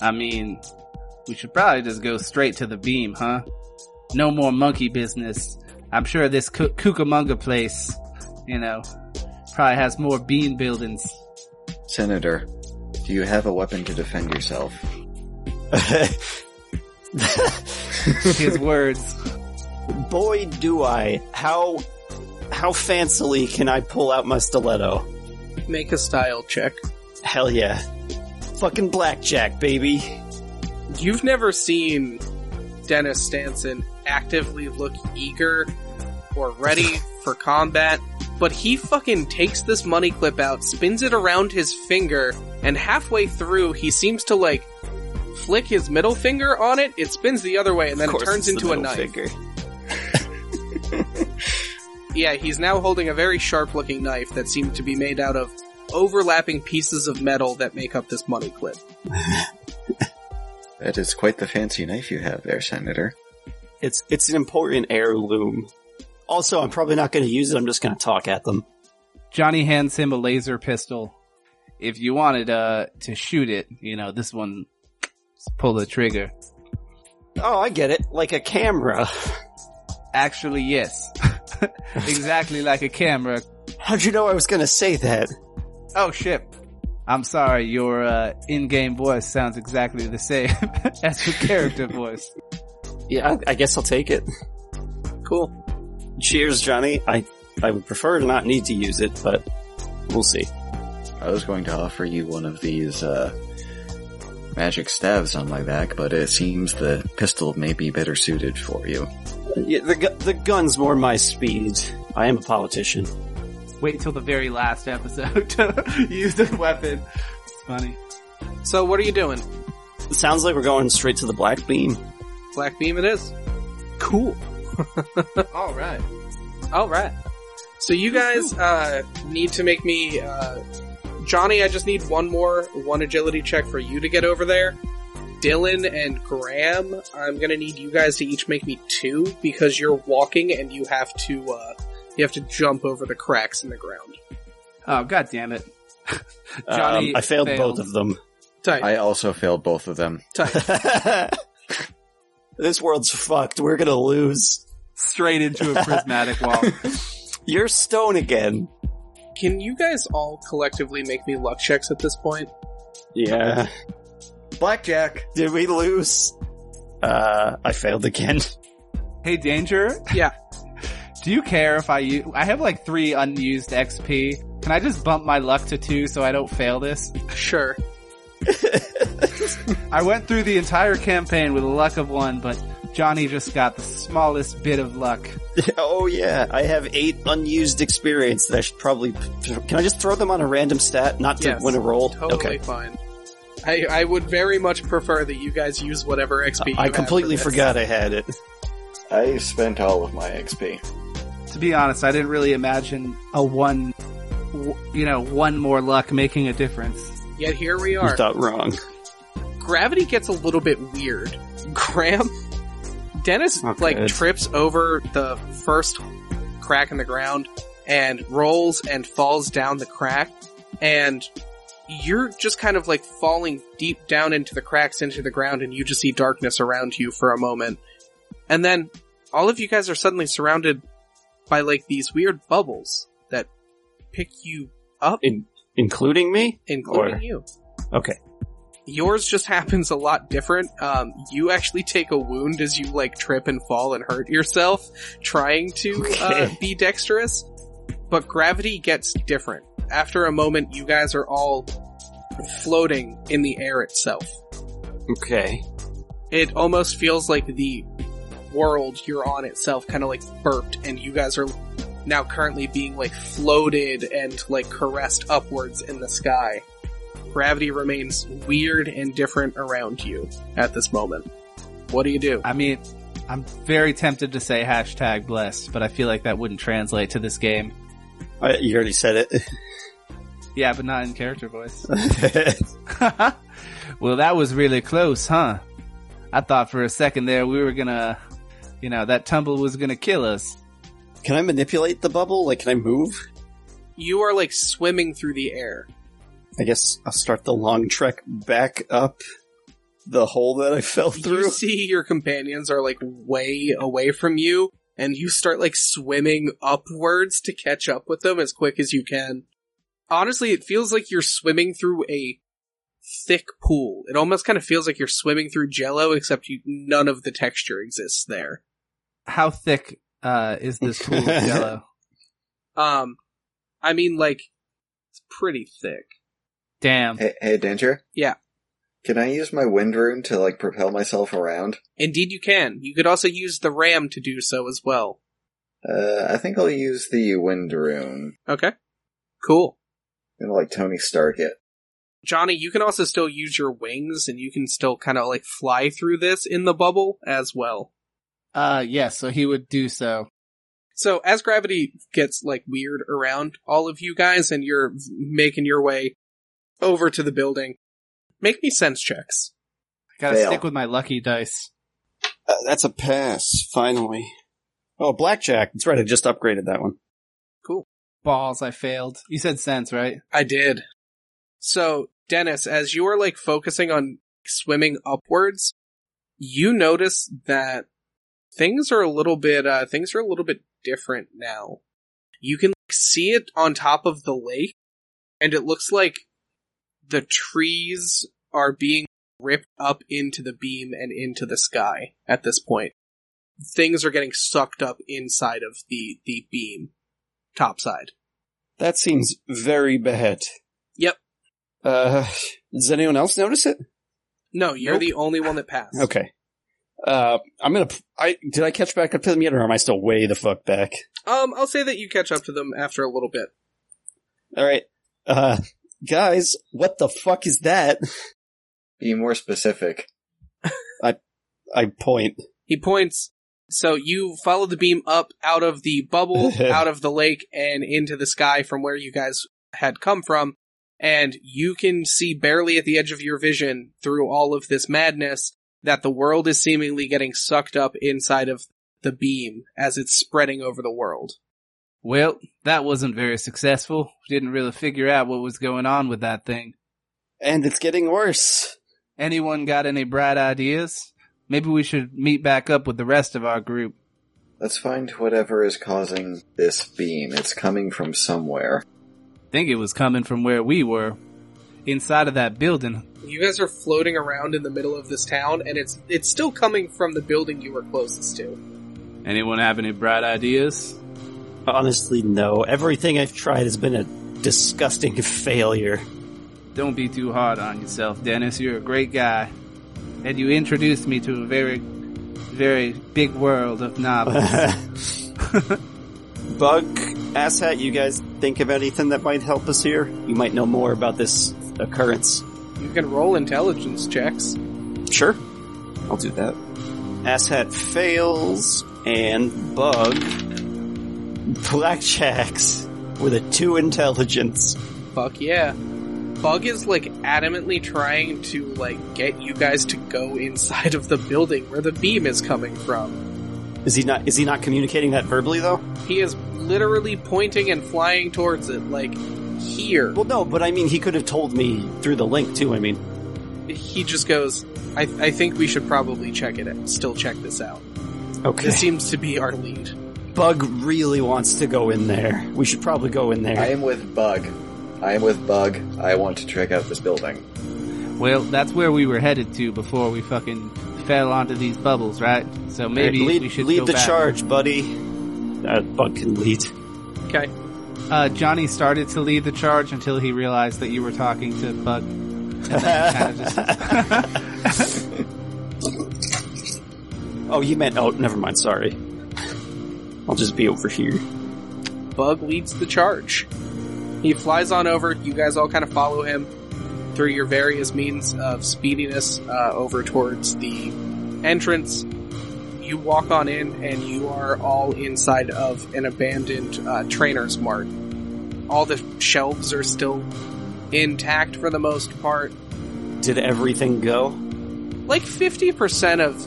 Speaker 2: I mean, we should probably just go straight to the beam, huh? No more monkey business. I'm sure this Cu- Cucamonga place, you know, probably has more bean buildings.
Speaker 3: Senator, do you have a weapon to defend yourself?
Speaker 2: His words.
Speaker 4: Boy, do I! How how fancily can I pull out my stiletto?
Speaker 1: Make a style check.
Speaker 4: Hell yeah! Fucking blackjack, baby.
Speaker 1: You've never seen Dennis Stanson actively look eager or ready for combat, but he fucking takes this money clip out, spins it around his finger, and halfway through he seems to like flick his middle finger on it, it spins the other way, and then
Speaker 4: Of
Speaker 1: it
Speaker 4: course
Speaker 1: turns
Speaker 4: it's
Speaker 1: into
Speaker 4: the
Speaker 1: a
Speaker 4: middle
Speaker 1: knife.
Speaker 4: finger.
Speaker 1: Yeah, he's now holding a very sharp looking knife that seemed to be made out of overlapping pieces of metal that make up this money clip.
Speaker 3: That is quite the fancy knife you have there, Senator.
Speaker 4: It's it's an important heirloom. Also, I'm probably not going to use it. I'm just going to talk at them.
Speaker 2: Johnny hands him a laser pistol. If you wanted uh to shoot it, you know, this one pull the trigger.
Speaker 4: Oh, I get it. Like a camera.
Speaker 2: Actually, yes. exactly like a camera.
Speaker 4: How'd you know I was going to say that?
Speaker 2: Oh shit. I'm sorry, your uh, in-game voice sounds exactly the same as your character voice.
Speaker 4: Yeah, I, I guess I'll take it. Cool. Cheers, Johnny. I I would prefer to not need to use it, but we'll see.
Speaker 3: I was going to offer you one of these, uh, magic staves on my back, but it seems the pistol may be better suited for you.
Speaker 4: Yeah, the gu- the gun's more my speed. I am a politician.
Speaker 2: Wait till the very last episode to use the weapon. It's funny.
Speaker 1: So what are you doing?
Speaker 4: It sounds like we're going straight to the black beam.
Speaker 1: Black beam it is.
Speaker 4: Cool.
Speaker 2: All right.
Speaker 1: Alright. So you guys uh, need to make me uh, Johnny, I just need one more one agility check for you to get over there. Dylan and Graham, I'm gonna need you guys to each make me two because you're walking and you have to uh, you have to jump over the cracks in the ground.
Speaker 2: Oh god damn it.
Speaker 4: Johnny,
Speaker 2: Johnny
Speaker 4: Um, I failed,
Speaker 2: failed.
Speaker 4: both of them.
Speaker 1: Tight,
Speaker 3: I also failed both of them.
Speaker 1: tight.
Speaker 4: this world's fucked. We're gonna lose.
Speaker 2: Straight into a prismatic wall.
Speaker 4: You're stone again.
Speaker 1: Can you guys all collectively make me luck checks at this point?
Speaker 4: Yeah.
Speaker 3: Blackjack!
Speaker 4: Did we lose? Uh, I failed again.
Speaker 2: Hey, Danger.
Speaker 1: Yeah.
Speaker 2: Do you care if I use? I have like three unused XP. Can I just bump my luck to two so I don't fail this?
Speaker 1: Sure.
Speaker 2: I went through the entire campaign with a luck of one, but Johnny just got the smallest bit of luck.
Speaker 4: oh yeah, I have eight unused experience that I should probably. Can I just throw them on a random stat, not to
Speaker 1: Yes.
Speaker 4: win a roll?
Speaker 1: Totally
Speaker 4: okay.
Speaker 1: fine. I, I would very much prefer that you guys use whatever XP you
Speaker 4: I
Speaker 1: have for
Speaker 4: completely
Speaker 1: this.
Speaker 4: forgot I had it.
Speaker 3: I spent all of my XP.
Speaker 2: To be honest, I didn't really imagine a one, w- you know, one more luck making a difference.
Speaker 1: Yet here we
Speaker 4: You
Speaker 1: are.
Speaker 4: thought wrong.
Speaker 1: Gravity gets a little bit weird. Graham, Dennis
Speaker 4: Not
Speaker 1: like
Speaker 4: good.
Speaker 1: trips over the first crack in the ground and rolls and falls down the crack and you're just kind of like falling deep down into the cracks into the ground and you just see darkness around you for a moment. And then all of you guys are suddenly surrounded by like these weird bubbles that pick you up,
Speaker 4: In- including me?
Speaker 1: including
Speaker 4: or-
Speaker 1: you.
Speaker 4: Okay.
Speaker 1: Yours just happens a lot different. Um, you actually take a wound as you like trip and fall and hurt yourself trying to uh,
Speaker 4: Okay.
Speaker 1: be dexterous, but gravity gets different. After a moment, you guys are all floating in the air itself.
Speaker 4: Okay.
Speaker 1: It almost feels like the world you're on itself kind of like burped, and you guys are now currently being like floated and like caressed upwards in the sky. Gravity remains weird and different around you at this moment. What do you do?
Speaker 2: I mean, I'm very tempted to say hashtag blessed, but I feel like that wouldn't translate to this game.
Speaker 4: I, you already said
Speaker 2: Yeah, but not in character voice.
Speaker 4: it.
Speaker 2: well, that was really close, huh? I thought for a second there we were gonna, you know, that tumble was gonna kill us.
Speaker 4: Can I manipulate the bubble? Like, can I move?
Speaker 1: You are like swimming through the air.
Speaker 4: I guess I'll start the long trek back up the hole that I fell
Speaker 1: You
Speaker 4: through.
Speaker 1: see your companions are like way away from you, and you start like swimming upwards to catch up with them as quick as you can. Honestly, it feels like you're swimming through a thick pool. It almost kind of feels like you're swimming through jello, except you, none of the texture exists there.
Speaker 2: How thick uh, is this pool of jello?
Speaker 1: Um, I mean, like, it's pretty thick.
Speaker 2: Damn.
Speaker 3: Hey, hey, Danger?
Speaker 1: Yeah.
Speaker 3: Can I use my wind rune to, like, propel myself around?
Speaker 1: Indeed, you can. You could also use the ram to do so as well.
Speaker 3: Uh, I think I'll use the wind rune.
Speaker 1: Okay. Cool.
Speaker 3: And, like, Tony Stark it.
Speaker 1: Johnny, you can also still use your wings and you can still kind of like fly through this in the bubble as well.
Speaker 2: Uh, yes. so he would do so.
Speaker 1: So as gravity gets like weird around all of you guys and you're making your way over to the building, make me sense checks.
Speaker 2: Gotta
Speaker 3: Fail.
Speaker 2: stick with my lucky dice.
Speaker 4: Uh, that's a pass, finally. Oh, blackjack. That's right. I just upgraded that one.
Speaker 2: Balls, I failed. You said sense, right?
Speaker 1: I did. So, Dennis, as you are like focusing on swimming upwards, you notice that things are a little bit uh things are a little bit different now. You can see it on top of the lake and it looks like the trees are being ripped up into the beam and into the sky at this point. Things are getting sucked up inside of the the beam topside.
Speaker 4: That seems very bad.
Speaker 1: Yep.
Speaker 4: Uh, does anyone else notice it?
Speaker 1: No, you're
Speaker 4: Nope.
Speaker 1: the only one that passed.
Speaker 4: Okay. Uh, I'm gonna. I did I catch back up to them yet, or am I still way the fuck back?
Speaker 1: Um, I'll say that you catch up to them after a little bit.
Speaker 4: All right, uh, guys, what the fuck is that?
Speaker 3: Be more specific.
Speaker 4: I point.
Speaker 1: He points. So you follow the beam up out of the bubble, out of the lake, and into the sky from where you guys had come from, and you can see barely at the edge of your vision through all of this madness that the world is seemingly getting sucked up inside of the beam as it's spreading over the world.
Speaker 2: Well, that wasn't very successful. Didn't really figure out what was going on with that thing.
Speaker 4: And it's getting worse.
Speaker 2: Anyone got any bright ideas? Maybe we should meet back up with the rest of our group.
Speaker 3: Let's find whatever is causing this beam. It's coming from somewhere.
Speaker 2: think it was coming from where we were. Inside of that building.
Speaker 1: You guys are floating around in the middle of this town, and it's it's still coming from the building you were closest to.
Speaker 2: Anyone have any bright ideas?
Speaker 4: Honestly, no. Everything I've tried has been a disgusting failure.
Speaker 2: Don't be too hard on yourself, Dennis. You're a great guy. And you introduced me to a very, very big world of novels.
Speaker 4: Bug, asshat, you guys think of anything that might help us here? You might know more about this occurrence.
Speaker 1: You can roll intelligence checks.
Speaker 4: Sure, I'll do that. Asshat fails, and Bug blackjacks with a two intelligence.
Speaker 1: Fuck yeah. Bug is like adamantly trying to like get you guys to go inside of the building where the beam is coming from.
Speaker 4: Is he not? Is he not communicating that verbally though?
Speaker 1: He is literally pointing and flying towards it like here.
Speaker 4: Well, no, but I mean, he could have told me through the link too. I mean,
Speaker 1: He just goes, I, I think we should probably check it out. Still check this out.
Speaker 4: okay.
Speaker 1: This seems to be our lead.
Speaker 4: Bug really wants to go in there. We should probably go in there.
Speaker 3: I am with Bug. I am with Bug. I want to check out this building.
Speaker 2: well, that's where we were headed to before we fucking fell onto these bubbles, right? So maybe
Speaker 4: lead,
Speaker 2: we should
Speaker 4: lead
Speaker 2: go
Speaker 4: the
Speaker 2: back.
Speaker 4: charge, buddy. Uh, Bug can lead.
Speaker 1: Okay.
Speaker 2: Uh, Johnny started to lead the charge until he realized that you were talking to Bug. And then kind of just.
Speaker 4: Oh, you meant? Oh, never mind. Sorry. I'll just be over here.
Speaker 1: Bug leads the charge. He flies on over. You guys all kind of follow him through your various means of speediness uh, over towards the entrance. You walk on in, and you are all inside of an abandoned uh, trainer's mart. All the shelves are still intact for the most part.
Speaker 4: Did everything go?
Speaker 1: Like 50% of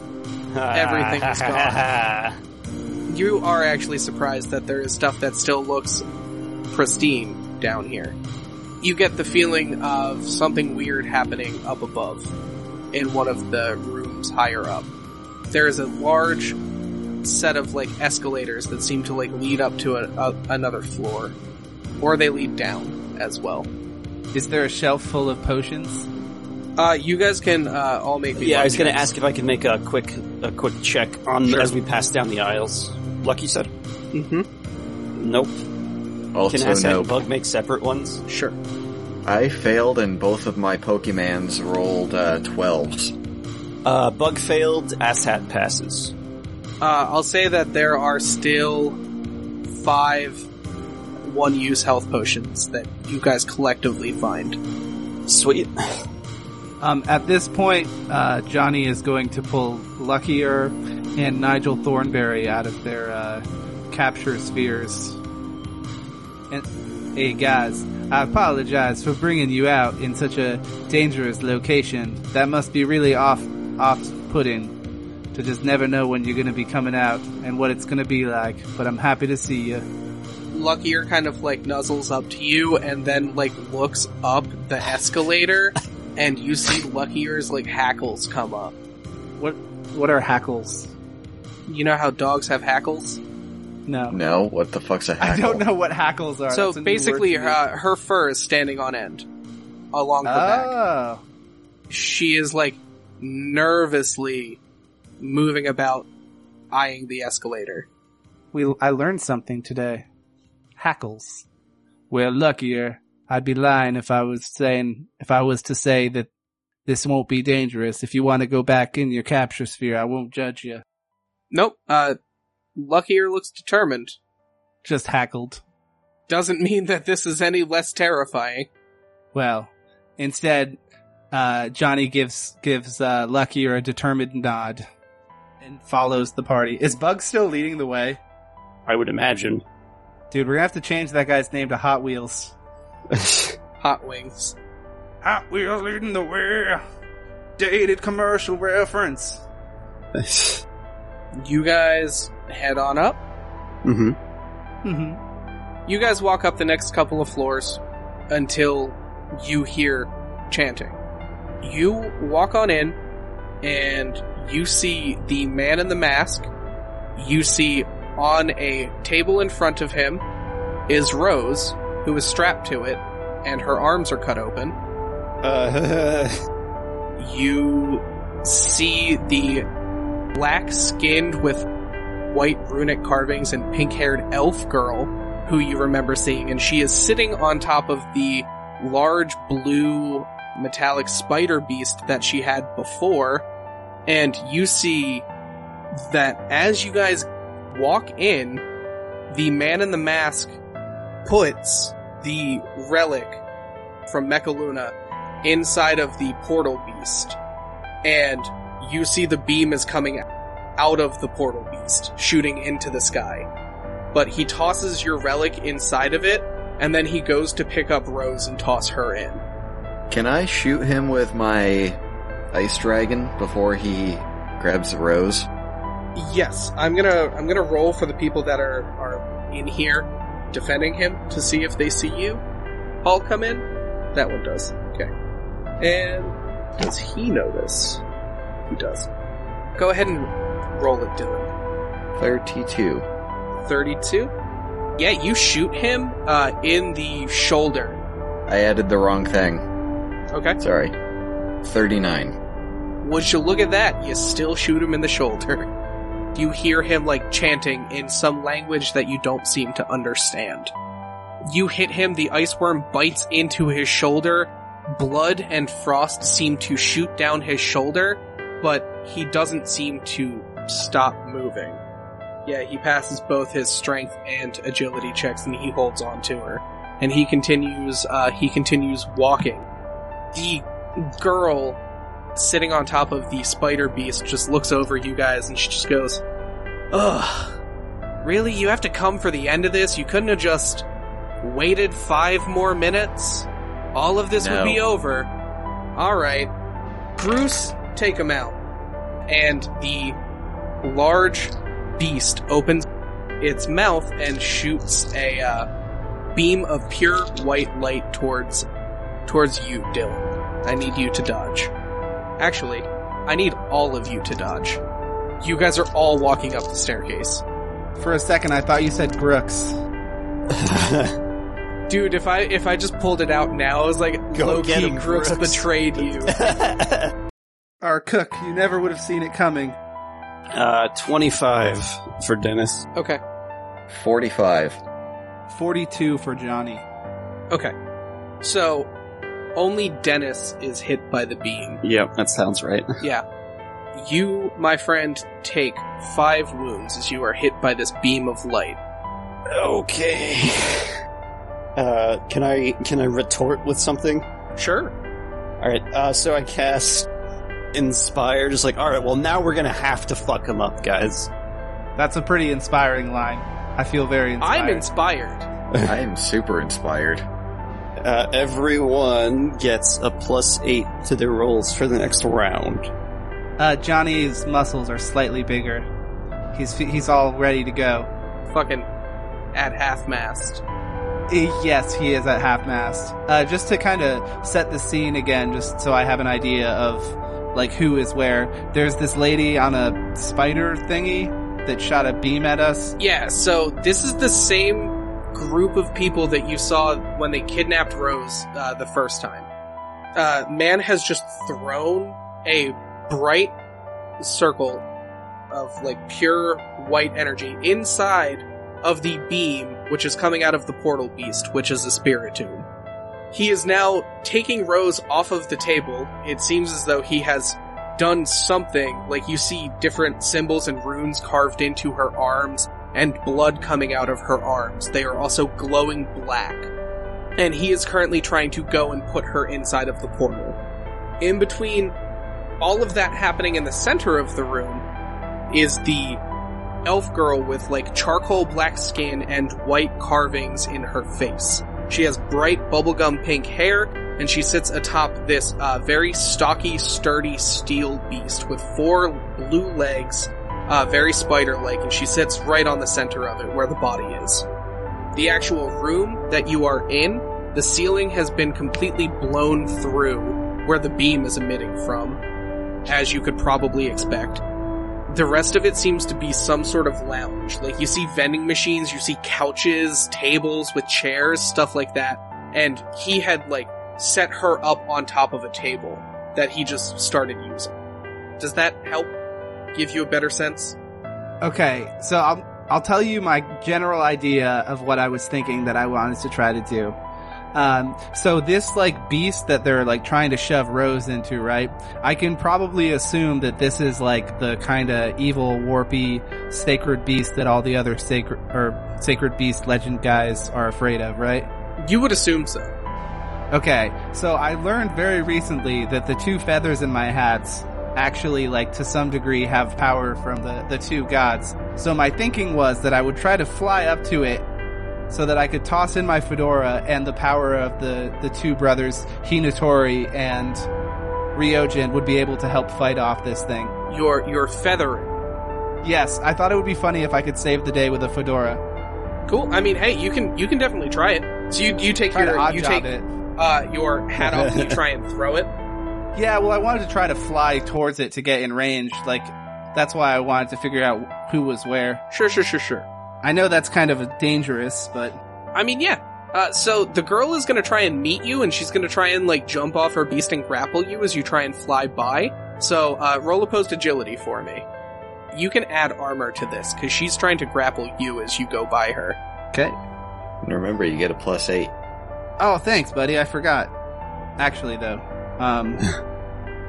Speaker 1: Everything is
Speaker 4: gone.
Speaker 1: you are actually surprised that there is stuff that still looks pristine down here. You get the feeling of something weird happening up above in one of the rooms higher up. There is a large set of like escalators that seem to like lead up to a, a, another floor or they lead down as well.
Speaker 2: Is there a shelf full of potions?
Speaker 1: Uh, you guys can uh, all make me
Speaker 4: Yeah, I
Speaker 1: luck
Speaker 4: was going to
Speaker 1: checks.
Speaker 4: ask if I could make a quick a quick check on
Speaker 1: Sure.
Speaker 4: as we pass down the aisles. Lucky said,
Speaker 1: Mhm.
Speaker 4: "Nope." Can
Speaker 3: Also,
Speaker 4: Ass and
Speaker 3: nope.
Speaker 4: Bug make separate ones?
Speaker 1: Sure.
Speaker 3: I failed and both of my Pokemans rolled uh, 12s.
Speaker 4: Uh, Bug failed. Asshat passes.
Speaker 1: Uh, I'll say that there are still five one use health potions that you guys collectively find.
Speaker 4: Sweet.
Speaker 2: Um, at this point, uh, Johnny is going to pull Luckier and Nigel Thornberry out of their uh, capture spheres. And hey, guys, I apologize for bringing you out in such a dangerous location. That must be really off off putting to just never know when you're going to be coming out and what it's going to be like. But I'm happy to see you.
Speaker 1: Luckier kind of like nuzzles up to you and then like looks up the escalator and you see Luckier's like hackles come up.
Speaker 2: What what are hackles?
Speaker 1: You know how dogs have hackles?
Speaker 2: No.
Speaker 3: No, what the fuck's a hackle?
Speaker 2: I don't know what hackles are.
Speaker 1: so
Speaker 2: That's a new word
Speaker 1: basically
Speaker 2: to me.
Speaker 1: her, her fur is standing on end along her back.
Speaker 2: oh.
Speaker 1: she is like nervously moving about, eyeing the escalator.
Speaker 2: We I learned something today. Hackles. We're luckier. I'd be lying if I was saying if I was to say that this won't be dangerous. If you want to go back in your capture sphere, I won't judge you.
Speaker 1: Nope. Uh, Luckier looks determined.
Speaker 2: Just hackled.
Speaker 1: Doesn't mean that this is any less terrifying.
Speaker 2: Well, instead, uh, Johnny gives gives uh, Luckier a determined nod and follows the party. Is Bug still leading the way?
Speaker 4: I would imagine.
Speaker 2: Dude, we're gonna have to change that guy's name to Hot Wheels.
Speaker 1: Hot wings.
Speaker 2: Hot Wheels leading the way. Dated commercial reference.
Speaker 4: mm-hmm.
Speaker 1: You guys head on up.
Speaker 4: Mm-hmm.
Speaker 2: hmm
Speaker 1: You guys walk up the next couple of floors until you hear chanting. You walk on in and you see the man in the mask. You see on a table in front of him is Rose, who is strapped to it, and her arms are cut open.
Speaker 4: Uh,
Speaker 1: You see the black skinned with white runic carvings and pink haired elf girl who you remember seeing, and she is sitting on top of the large blue metallic spider beast that she had before. And you see that as you guys walk in, the man in the mask puts the relic from Mechaluna inside of the portal beast, and you see the beam is coming out of the portal beast, shooting into the sky. But he tosses your relic inside of it, and then he goes to pick up Rose and toss her in.
Speaker 3: Can I shoot him with my ice dragon before he grabs the rose?
Speaker 1: Yes, I'm gonna I'm gonna roll for the people that are are in here defending him to see if they see you. Paul come in. That one does. Okay. And does he notice? He does. Go ahead and roll it, Dylan.
Speaker 3: 32.
Speaker 1: 32. Yeah, you shoot him uh, in the shoulder.
Speaker 3: I added the wrong thing.
Speaker 1: Okay.
Speaker 3: Sorry. 39.
Speaker 1: Would you look at that? You still shoot him in the shoulder. You hear him like chanting in some language that you don't seem to understand. You hit him, the ice worm bites into his shoulder. Blood and frost seem to shoot down his shoulder, but he doesn't seem to stop moving. Yeah, he passes both his strength and agility checks and he holds on to her. And he continues uh, he continues walking. The girl sitting on top of the spider beast just looks over you guys and she just goes, Ugh. Really? You have to come for the end of this? You couldn't have just waited five more minutes? All of this
Speaker 3: No.
Speaker 1: would be over. Alright. Bruce take him out. And the large beast opens its mouth and shoots a uh, beam of pure white light towards towards you, Dylan. I need you to dodge. Actually, I need all of you to dodge. You guys are all walking up the staircase.
Speaker 2: For a second, I thought you said Grooks.
Speaker 1: Dude, if I if I just pulled it out now, I was like,
Speaker 4: Go
Speaker 1: low
Speaker 4: get
Speaker 1: key,
Speaker 4: 'em,
Speaker 1: Crooks
Speaker 4: Brooks.
Speaker 1: betrayed you.
Speaker 4: uh,
Speaker 2: Our cook, you never would have seen it coming.
Speaker 4: 25 Uh, for Dennis.
Speaker 1: Okay,
Speaker 3: 45.
Speaker 2: 42 for Johnny.
Speaker 1: okay. So, only Dennis is hit by the beam.
Speaker 4: Yep, that sounds right.
Speaker 1: You, my friend, take five wounds as you are hit by this beam of light.
Speaker 4: Okay. Uh, can I can I retort with something?
Speaker 1: Sure.
Speaker 4: All right. Uh, so I cast inspire. Just like all right. Well, now we're gonna have to fuck him up, guys.
Speaker 2: That's a pretty inspiring line. I feel very inspired.
Speaker 1: I'm inspired.
Speaker 3: I am super inspired.
Speaker 4: Uh, everyone gets a plus eight to their rolls for the next round.
Speaker 2: uh, Johnny's muscles are slightly bigger. He's he's all ready to go.
Speaker 1: Fucking at half mast.
Speaker 2: Uh, Yes, he is at half mast. Uh, just to kind of set the scene again, just so I have an idea of like who is where. There's this lady on a spider thingy that shot a beam at us.
Speaker 1: Yeah, so this is the same group of people that you saw when they kidnapped Rose uh, the first time. Uh, man has just thrown a bright circle of like pure white energy inside of the beam which is coming out of the portal beast, which is a spirit tomb. He is now taking Rose off of the table. It seems as though he has done something. Like you see different symbols and runes carved into her arms and blood coming out of her arms. They are also glowing black. And he is currently trying to go and put her inside of the portal. In between all of that happening in the center of the room is the elf girl with like charcoal black skin and white carvings in her face. She has bright bubblegum pink hair and she sits atop this uh, very stocky, sturdy steel beast with four blue legs, uh, very spider like, and she sits right on the center of it where the body is. The actual room that you are in, the ceiling has been completely blown through where the beam is emitting from, as you could probably expect. The rest of it seems to be some sort of lounge. Like, you see vending machines, you see couches, tables with chairs, stuff like that. And he had, like, set her up on top of a table that he just started using. Does that help give you a better sense?
Speaker 2: Okay, so I'll I'll tell you my general idea of what I was thinking that I wanted to try to do. Um, so this like beast that they're like trying to shove Rose into, right? I can probably assume that this is like the kind of evil, warpy, sacred beast that all the other sacred or sacred beast legend guys are afraid of, right?
Speaker 1: You would assume so.
Speaker 2: Okay, so I learned very recently that the two feathers in my hats actually, like, to some degree have power from the, the two gods. So my thinking was that I would try to fly up to it so that I could toss in my fedora and the power of the, the two brothers, Hinatori and Ryojin, would be able to help fight off this thing.
Speaker 1: Your your feathering.
Speaker 2: Yes, I thought it would be funny if I could save the day with a fedora.
Speaker 1: Cool. I mean, hey, you can you can definitely try it. So you you take
Speaker 2: Try to
Speaker 1: your
Speaker 2: odd
Speaker 1: you
Speaker 2: job eh?
Speaker 1: take
Speaker 2: it.
Speaker 1: uh your hat off and you try and throw it.
Speaker 2: Yeah, well, I wanted to try to fly towards it to get in range. Like, that's why I wanted to figure out who was where.
Speaker 1: Sure, sure, sure, sure.
Speaker 2: I know that's kind of dangerous, but
Speaker 1: I mean, yeah. Uh, so the girl is gonna try and meet you, and she's gonna try and like jump off her beast and grapple you as you try and fly by. So uh, roll opposed agility for me. You can add armor to this because she's trying to grapple you as you go by her.
Speaker 2: okay.
Speaker 3: And remember, you get a plus 8.
Speaker 2: Oh, thanks, buddy. I forgot. Actually, though, um,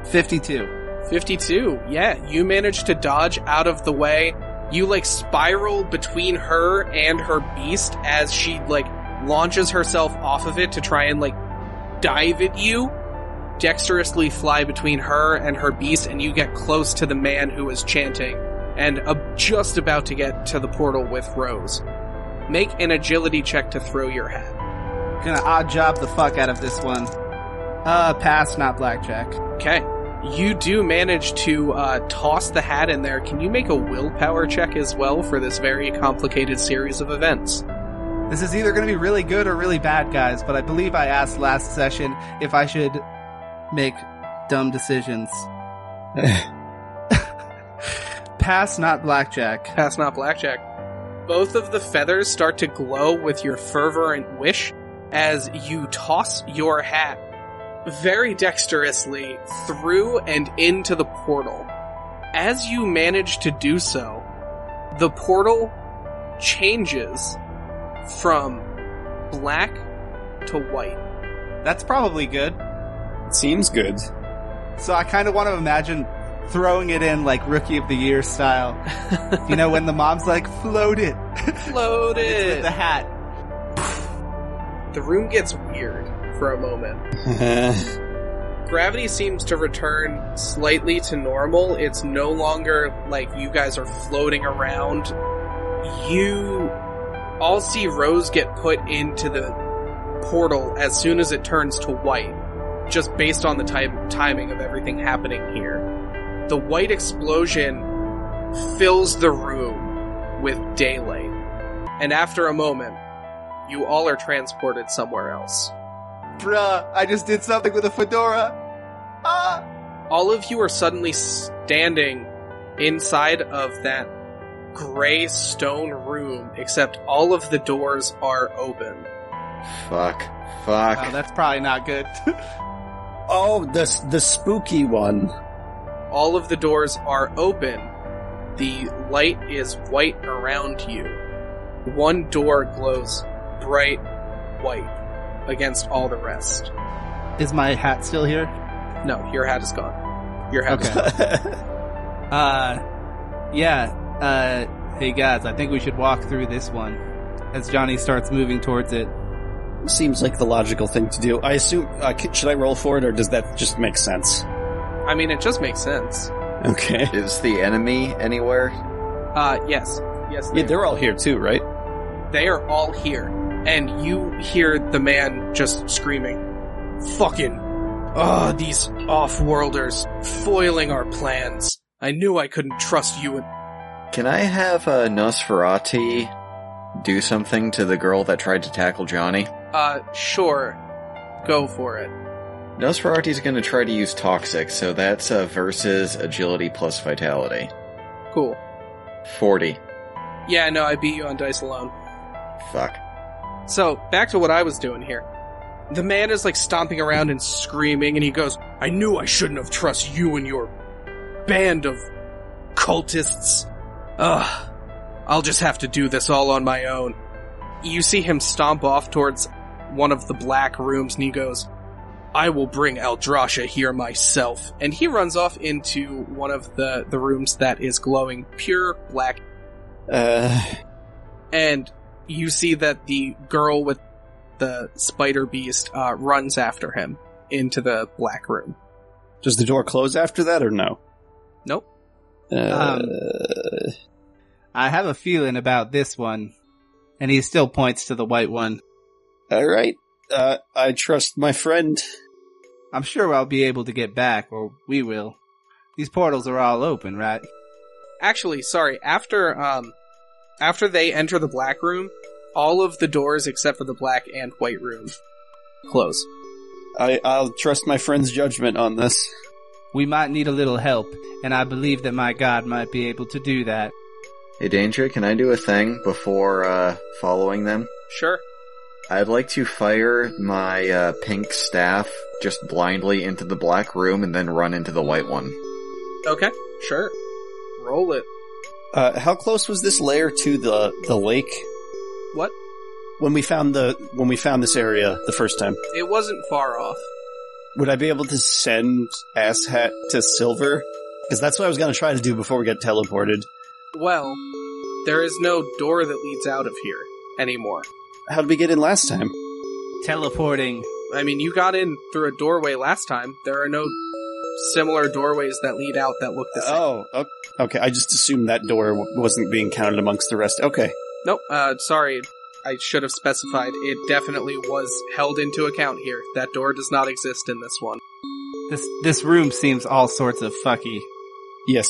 Speaker 2: fifty-two.
Speaker 1: 52. Yeah, you manage to dodge out of the way. You like spiral between her and her beast as she like launches herself off of it to try and like dive at you. Dexterously fly between her and her beast and you get close to the man who is chanting and uh, just about to get to the portal with Rose. Make an agility check to throw your hat.
Speaker 2: Gonna odd job the fuck out of this one. Uh, pass, not blackjack.
Speaker 1: Okay. You do manage to uh, toss the hat in there. Can you make a willpower check as well for this very complicated series of events?
Speaker 2: This is either going to be really good or really bad, guys, but I believe I asked last session if I should make dumb decisions. Pass, not blackjack.
Speaker 1: Pass not blackjack. Both of the feathers start to glow with your fervent wish as you toss your hat very dexterously through and into the portal. As you manage to do so, the portal changes from black to white.
Speaker 2: That's probably good.
Speaker 4: Seems good.
Speaker 2: So I kind of want to imagine throwing it in like Rookie of the Year style. you know, when the mom's like, float it. It's with
Speaker 1: Floated!
Speaker 2: the hat.
Speaker 1: The room gets weird for a moment. gravity seems to return slightly to normal. It's no longer like you guys are floating around. You all see Rose get put into the portal as soon as it turns to white, just based on the time- timing of everything happening here. The white explosion fills the room with daylight. And after a moment, you all are transported somewhere else.
Speaker 2: Bruh, I just did something with a fedora. Ah!
Speaker 1: all of you are suddenly standing inside of that gray stone room, except all of the doors are open.
Speaker 3: Fuck. Fuck.
Speaker 2: Oh, that's probably not good.
Speaker 4: Oh, the the spooky one.
Speaker 1: All of the doors are open. The light is white around you. One door glows bright white against all the rest.
Speaker 2: is my hat still here?
Speaker 1: No, your hat is gone. Your hat is
Speaker 2: Okay. Uh, yeah. Uh, hey guys, I think we should walk through this one. As Johnny starts moving towards it,
Speaker 4: Seems like the logical thing to do. I assume. Uh, c- should I roll for it, or does that just make sense?
Speaker 1: gone. I mean, it just makes sense.
Speaker 4: Okay.
Speaker 3: Is the enemy anywhere?
Speaker 1: Uh, yes. Yes.
Speaker 4: Yeah,
Speaker 1: there.
Speaker 4: they're all here too, right?
Speaker 1: They are all here, and you hear the man just screaming, Fucking, ah, these off-worlders foiling our plans. I knew I couldn't trust you. And-
Speaker 3: Can I have uh, Nosferati do something to the girl that tried to tackle Johnny?
Speaker 1: uh, sure. Go for it.
Speaker 3: Nosferati's gonna try to use Toxic, so that's uh, versus Agility plus Vitality.
Speaker 1: Cool.
Speaker 3: 40.
Speaker 1: Yeah, no, I beat you on dice alone.
Speaker 3: Fuck.
Speaker 1: So, back to what I was doing here. The man is like stomping around and screaming, and he goes, I knew I shouldn't have trust you and your band of cultists. Ugh. I'll just have to do this all on my own. You see him stomp off towards one of the black rooms, and he goes, I will bring Aldrasha here myself. And he runs off into one of the, the rooms that is glowing pure black
Speaker 4: Uh,
Speaker 1: and you see that the girl with the spider beast uh, runs after him into the black room.
Speaker 4: does the door close after that, or no?
Speaker 1: Nope.
Speaker 4: Uh,
Speaker 2: Um, I have a feeling about this one. And he still points to the white one.
Speaker 4: all right. Uh, I trust my friend.
Speaker 2: I'm sure I'll be able to get back, or we will. These portals are all open, right?
Speaker 1: Actually, sorry. After um, after they enter the black room, all of the doors except for the black and white room close.
Speaker 4: I, I'll trust my friend's judgment on this.
Speaker 2: We might need a little help, and I believe that my god might be able to do that.
Speaker 3: Hey, Danger, can I do a thing before uh, following them?
Speaker 1: Sure.
Speaker 3: I'd like to fire my uh, pink staff just blindly into the black room and then run into the white one.
Speaker 1: Okay. Sure. Roll it.
Speaker 4: Uh, how close was this layer to the the lake?
Speaker 1: What?
Speaker 4: When we found the when we found this area the first time,
Speaker 1: It wasn't far off.
Speaker 4: would I be able to send asshat to silver? Because that's what I was going to try to do before we got teleported.
Speaker 1: Well, there is no door that leads out of here anymore.
Speaker 4: How did we get in last time?
Speaker 2: Teleporting.
Speaker 1: I mean, you got in through a doorway last time. There are no similar doorways that lead out that look the same.
Speaker 4: Oh, o- okay. I just assumed that door w- wasn't being counted amongst the rest. Okay,
Speaker 1: Nope, uh, sorry. I should have specified. It definitely was held into account here. That door does not exist in this one.
Speaker 2: This this room seems all sorts of fucky
Speaker 4: Yes.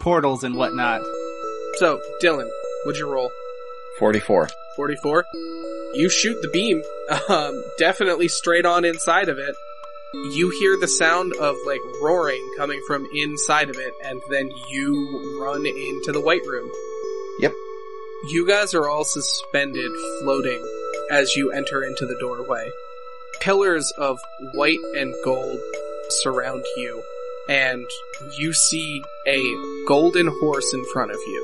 Speaker 2: portals and whatnot.
Speaker 1: So, Dylan, what'd you roll?
Speaker 3: 44.
Speaker 1: 44. You shoot the beam, um, definitely straight on inside of it. You hear the sound of like roaring coming from inside of it, and then you run into the white room.
Speaker 3: Yep.
Speaker 1: You guys are all suspended, floating, as you enter into the doorway. Pillars of white and gold surround you, and you see a golden horse in front of you.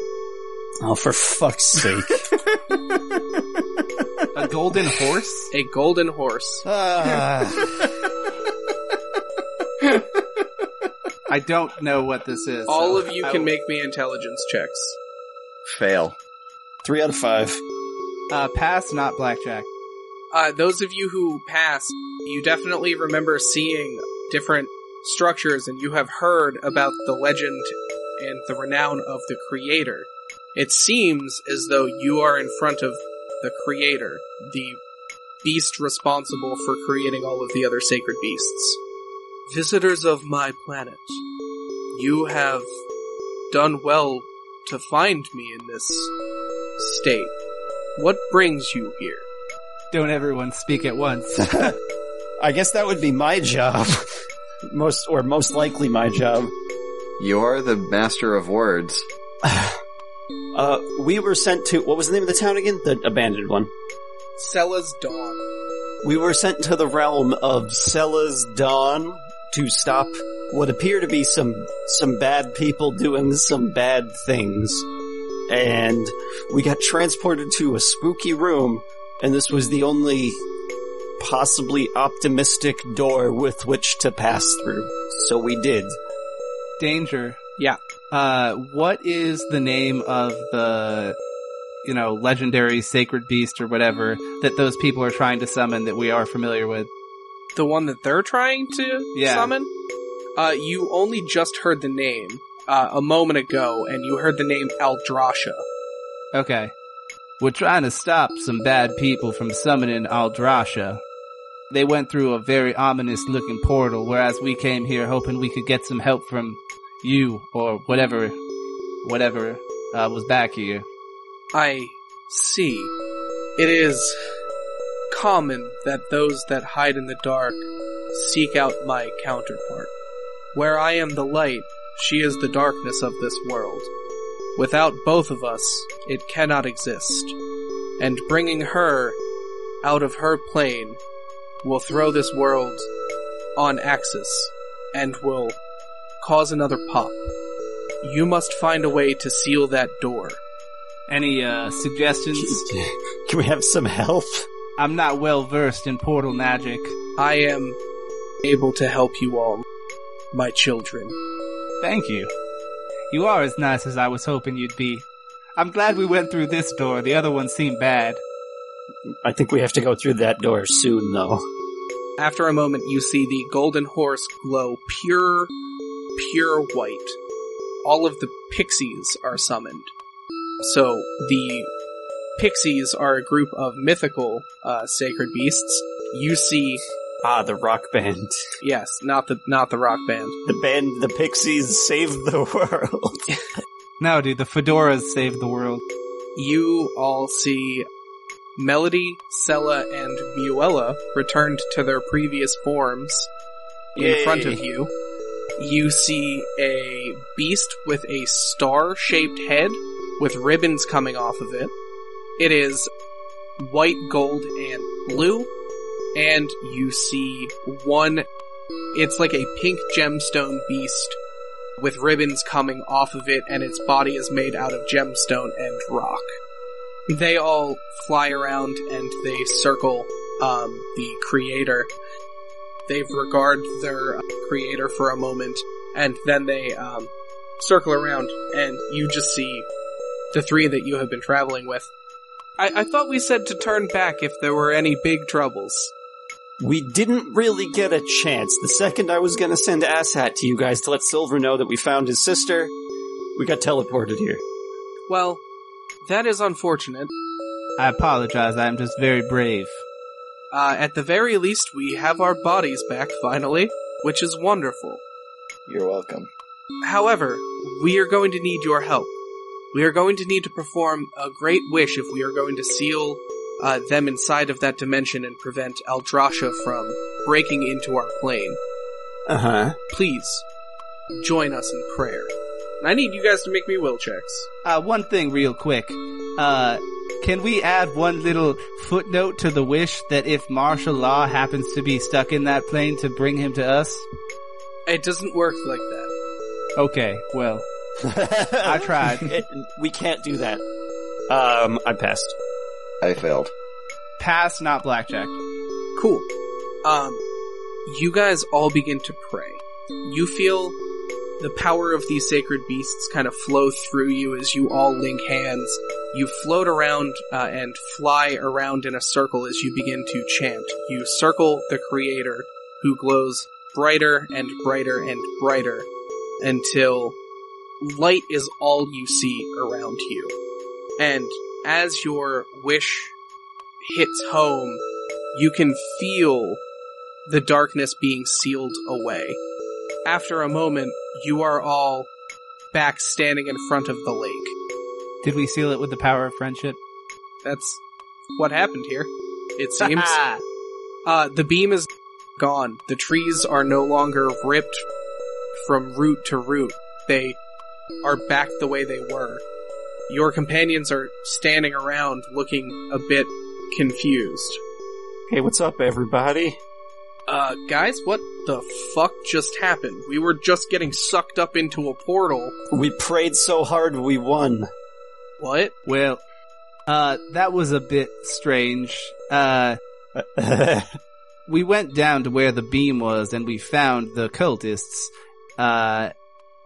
Speaker 4: Oh, for fuck's sake.
Speaker 2: A golden horse?
Speaker 1: A golden horse.
Speaker 2: Uh,
Speaker 4: Ah.
Speaker 2: I don't know what this is.
Speaker 1: All
Speaker 2: so
Speaker 1: of you
Speaker 2: I
Speaker 1: can
Speaker 2: will-
Speaker 1: make me intelligence checks.
Speaker 3: Fail.
Speaker 4: Three out of five.
Speaker 2: uh, pass, not blackjack.
Speaker 1: Uh, those of you who passed, you definitely remember seeing different structures and you have heard about the legend and the renown of the creator. It seems as though you are in front of the creator, the beast responsible for creating all of the other sacred beasts. Visitors of my planet, you have done well to find me in this state. What brings you here?
Speaker 2: Don't everyone speak at once.
Speaker 4: I guess that would be my job. most, or most likely my job.
Speaker 3: You are the master of words.
Speaker 4: Uh, we were sent to, what was the name of the town again? The abandoned one.
Speaker 1: Sella's Dawn.
Speaker 4: We were sent to the realm of Sella's Dawn to stop what appear to be some some bad people doing some bad things. And we got transported to a spooky room, and this was the only possibly optimistic door with which to pass through. So we did.
Speaker 2: Danger.
Speaker 1: Yeah.
Speaker 2: Uh, what is the name of the, you know, legendary sacred beast or whatever that those people are trying to summon that we are familiar with?
Speaker 1: The one that they're trying to
Speaker 2: Yeah.
Speaker 1: summon? Uh, you only just heard the name uh, a moment ago, and you heard the name Aldrasha.
Speaker 2: Okay. We're trying to stop some bad people from summoning Aldrasha. They went through a very ominous looking portal, whereas we came here hoping we could get some help from you or whatever, whatever, uh, was back here.
Speaker 1: I see. It is common that those that hide in the dark seek out my counterpart. Where I am the light, she is the darkness of this world. Without both of us, it cannot exist. And bringing her out of her plane will throw this world on axis and will cause another pop. You must find a way to seal that door.
Speaker 2: Any, uh, suggestions?
Speaker 4: Can we have some help?
Speaker 2: I'm not well versed in portal magic.
Speaker 1: I am able to help you all, my children.
Speaker 2: Thank you. You are as nice as I was hoping you'd be. I'm glad we went through this door. The other one seemed bad.
Speaker 4: I think we have to go through that door soon, though.
Speaker 1: After a moment, you see the golden horse glow pure, pure white. All of the pixies are summoned. So, the pixies are a group of mythical uh, sacred beasts. You see,
Speaker 4: Ah, the rock band.
Speaker 1: yes, not the not the rock band.
Speaker 4: The band, the Pixies, saved the world.
Speaker 2: No, dude, the fedoras saved the world.
Speaker 1: you all see Melody, Sella, and Muella returned to their previous forms in
Speaker 4: Yay.
Speaker 1: front of you. You see a beast with a star shaped head with ribbons coming off of it. It is white, gold, and blue. And you see one, it's like a pink gemstone beast with ribbons coming off of it, and its body is made out of gemstone and rock. They all fly around and they circle um, the creator. They regard their uh, creator for a moment, and then they um, circle around, and you just see the three that you have been traveling with. I-, I thought we said to turn back if there were any big troubles.
Speaker 4: We didn't really get a chance. The second I was going to send Asshat to you guys to let Silver know that we found his sister, we got teleported here.
Speaker 1: Well, that is unfortunate.
Speaker 2: I apologize. I am just very brave.
Speaker 1: Uh, at the very least, we have our bodies back finally. which is wonderful.
Speaker 5: You're welcome.
Speaker 1: However, we are going to need your help. We are going to need to perform a great wish if we are going to seal uh, them inside of that dimension and prevent Aldrasha from breaking into our plane.
Speaker 4: Uh huh.
Speaker 1: Please join us in prayer. And I need you guys to make me will checks.
Speaker 2: Uh, one thing real quick. Uh, can we add one little footnote to the wish that if martial law happens to be stuck in that plane to bring him to us?
Speaker 1: It doesn't work like that.
Speaker 2: Okay, well, I tried.
Speaker 4: It- we can't do that. Um, I passed.
Speaker 5: I failed.
Speaker 2: Pass, not blackjack.
Speaker 1: Cool. Um, you guys all begin to pray. You feel the power of these sacred beasts kind of flow through you as you all link hands. You float around uh, and fly around in a circle as you begin to chant. You circle the Creator, who glows brighter and brighter and brighter until light is all you see around you. And as your wish hits home, you can feel the darkness being sealed away. After a moment, you are all back standing in front of the lake.
Speaker 2: Did we seal it with the power of friendship?
Speaker 1: That's what happened here, it seems. uh, the beam is gone. The trees are no longer ripped from root to root. They are back the way they were. Your companions are standing around looking a bit confused.
Speaker 4: Hey, what's up, everybody?
Speaker 1: Uh, guys, what the fuck just happened? We were just getting sucked up into a portal.
Speaker 4: We prayed so hard we won.
Speaker 1: What?
Speaker 2: Well, uh, that was a bit strange. Uh, we went down to where the beam was and we found the cultists. Uh,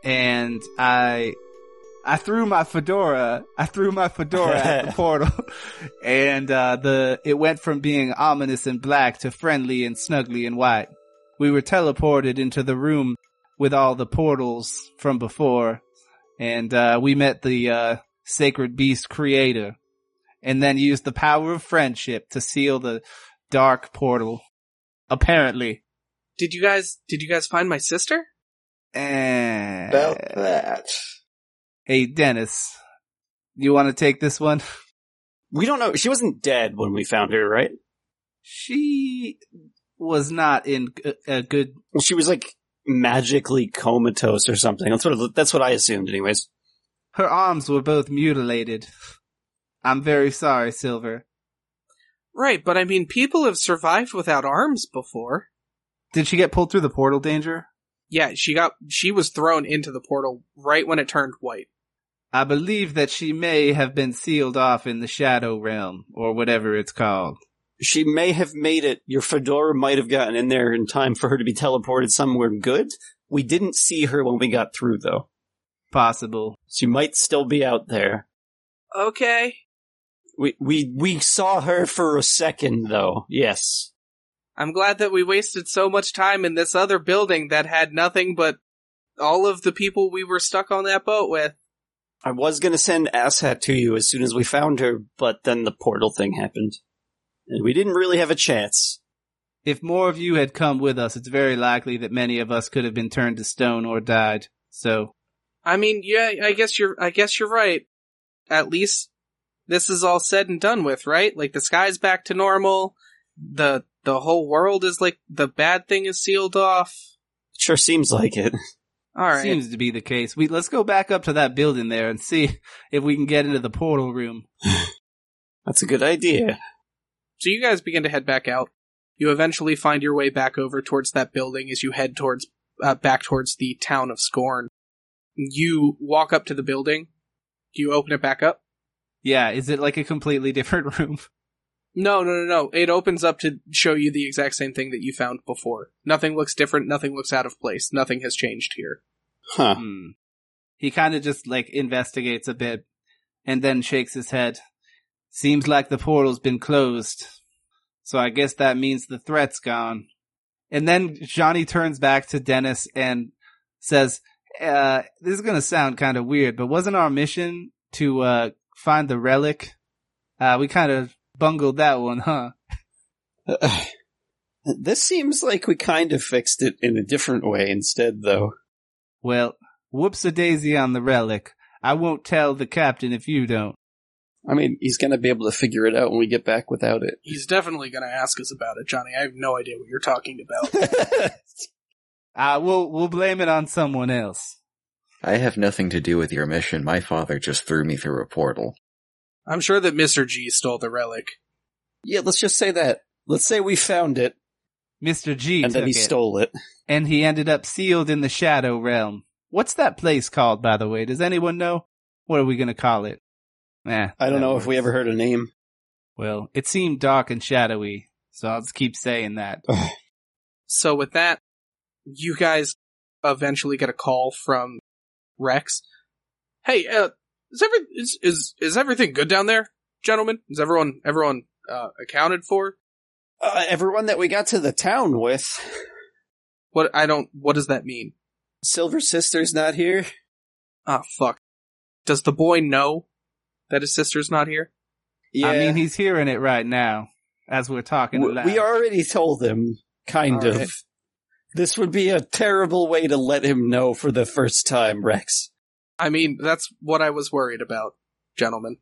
Speaker 2: and I, I threw my fedora, I threw my fedora at the portal and, uh, the, it went from being ominous and black to friendly and snugly and white. We were teleported into the room with all the portals from before and, uh, we met the, uh, sacred beast creator and then used the power of friendship to seal the dark portal. Apparently.
Speaker 1: Did you guys, did you guys find my sister?
Speaker 2: And
Speaker 5: About that.
Speaker 2: Eh, hey, Dennis, you want to take this one?
Speaker 4: we don't know. She wasn't dead when we found her, right?
Speaker 2: She was not in g- a good.
Speaker 4: She was like magically comatose or something. That's what it- that's what I assumed, anyways.
Speaker 2: Her arms were both mutilated. I'm very sorry, Silver.
Speaker 1: Right, but I mean, people have survived without arms before.
Speaker 2: Did she get pulled through the portal danger?
Speaker 1: Yeah, she got, she was thrown into the portal right when it turned white.
Speaker 2: I believe that she may have been sealed off in the shadow realm, or whatever it's called.
Speaker 4: She may have made it. Your fedora might have gotten in there in time for her to be teleported somewhere good. We didn't see her when we got through, though.
Speaker 2: Possible.
Speaker 4: She might still be out there.
Speaker 1: Okay.
Speaker 4: We we we saw her for a second, though. Yes.
Speaker 1: I'm glad that we wasted so much time in this other building that had nothing but all of the people we were stuck on that boat with.
Speaker 4: I was gonna send Asshat to you as soon as we found her, but then the portal thing happened. And we didn't really have a chance.
Speaker 2: If more of you had come with us, it's very likely that many of us could have been turned to stone or died. So,
Speaker 1: I mean, yeah, I guess you're, I guess you're right. At least this is all said and done with, right? Like the sky's back to normal. The, the whole world is like, the bad thing is sealed off.
Speaker 4: Sure seems like it.
Speaker 1: Alright.
Speaker 2: seems to be the case. We let's go back up to that building there and see if we can get into the portal room.
Speaker 4: That's a good idea.
Speaker 1: So you guys begin to head back out. You eventually find your way back over towards that building as you head towards uh, back towards the town of Scorn. You walk up to the building. Do you open it back up?
Speaker 2: Yeah, is it like a completely different room?
Speaker 1: No, no, no, no. It opens up to show you the exact same thing that you found before. Nothing looks different. Nothing looks out of place. Nothing has changed here.
Speaker 4: Huh.
Speaker 2: Hmm. He kind of just like investigates a bit and then shakes his head. Seems like the portal's been closed. So I guess that means the threat's gone. And then Johnny turns back to Dennis and says, uh, this is going to sound kind of weird, but wasn't our mission to, uh, find the relic? Uh, we kind of bungled that one, huh?
Speaker 4: This seems like we kind of fixed it in a different way instead, though.
Speaker 2: Well, whoops a daisy on the relic. I won't tell the captain if you don't.
Speaker 4: I mean, he's going to be able to figure it out when we get back without it.
Speaker 1: He's definitely going to ask us about it, Johnny. I have no idea what you're talking about.
Speaker 2: Uh, we'll, we'll blame it on someone else.
Speaker 3: I have nothing to do with your mission. My father just threw me through a portal.
Speaker 1: I'm sure that Mr. G stole the relic.
Speaker 4: yeah, let's just say that. Let's say we found it
Speaker 2: Mr. G.
Speaker 4: and then
Speaker 2: took
Speaker 4: he
Speaker 2: it,
Speaker 4: stole it.
Speaker 2: And he ended up sealed in the Shadow Realm. What's that place called, by the way? Does anyone know? What are we gonna call it? Eh,
Speaker 4: I
Speaker 2: that
Speaker 4: don't know if we
Speaker 2: works.
Speaker 4: ever heard a name.
Speaker 2: Well, it seemed dark and shadowy, so I'll just keep saying that.
Speaker 1: So with that, you guys eventually get a call from Rex. Hey, uh, is every is is, is everything good down there, gentlemen? Is everyone everyone uh, accounted for?
Speaker 4: Uh, everyone that we got to the town with.
Speaker 1: What I don't. What does that mean?
Speaker 4: Silver Sister's not here.
Speaker 1: Ah, fuck. Does the boy know that his sister's not here?
Speaker 4: Yeah.
Speaker 2: I mean, he's hearing it right now as we're talking.
Speaker 4: W-
Speaker 2: aloud.
Speaker 4: we already told him, kind
Speaker 1: All
Speaker 4: of.
Speaker 1: right.
Speaker 4: This would be a terrible way to let him know for the first time, Rex.
Speaker 1: I mean, that's what I was worried about, gentlemen.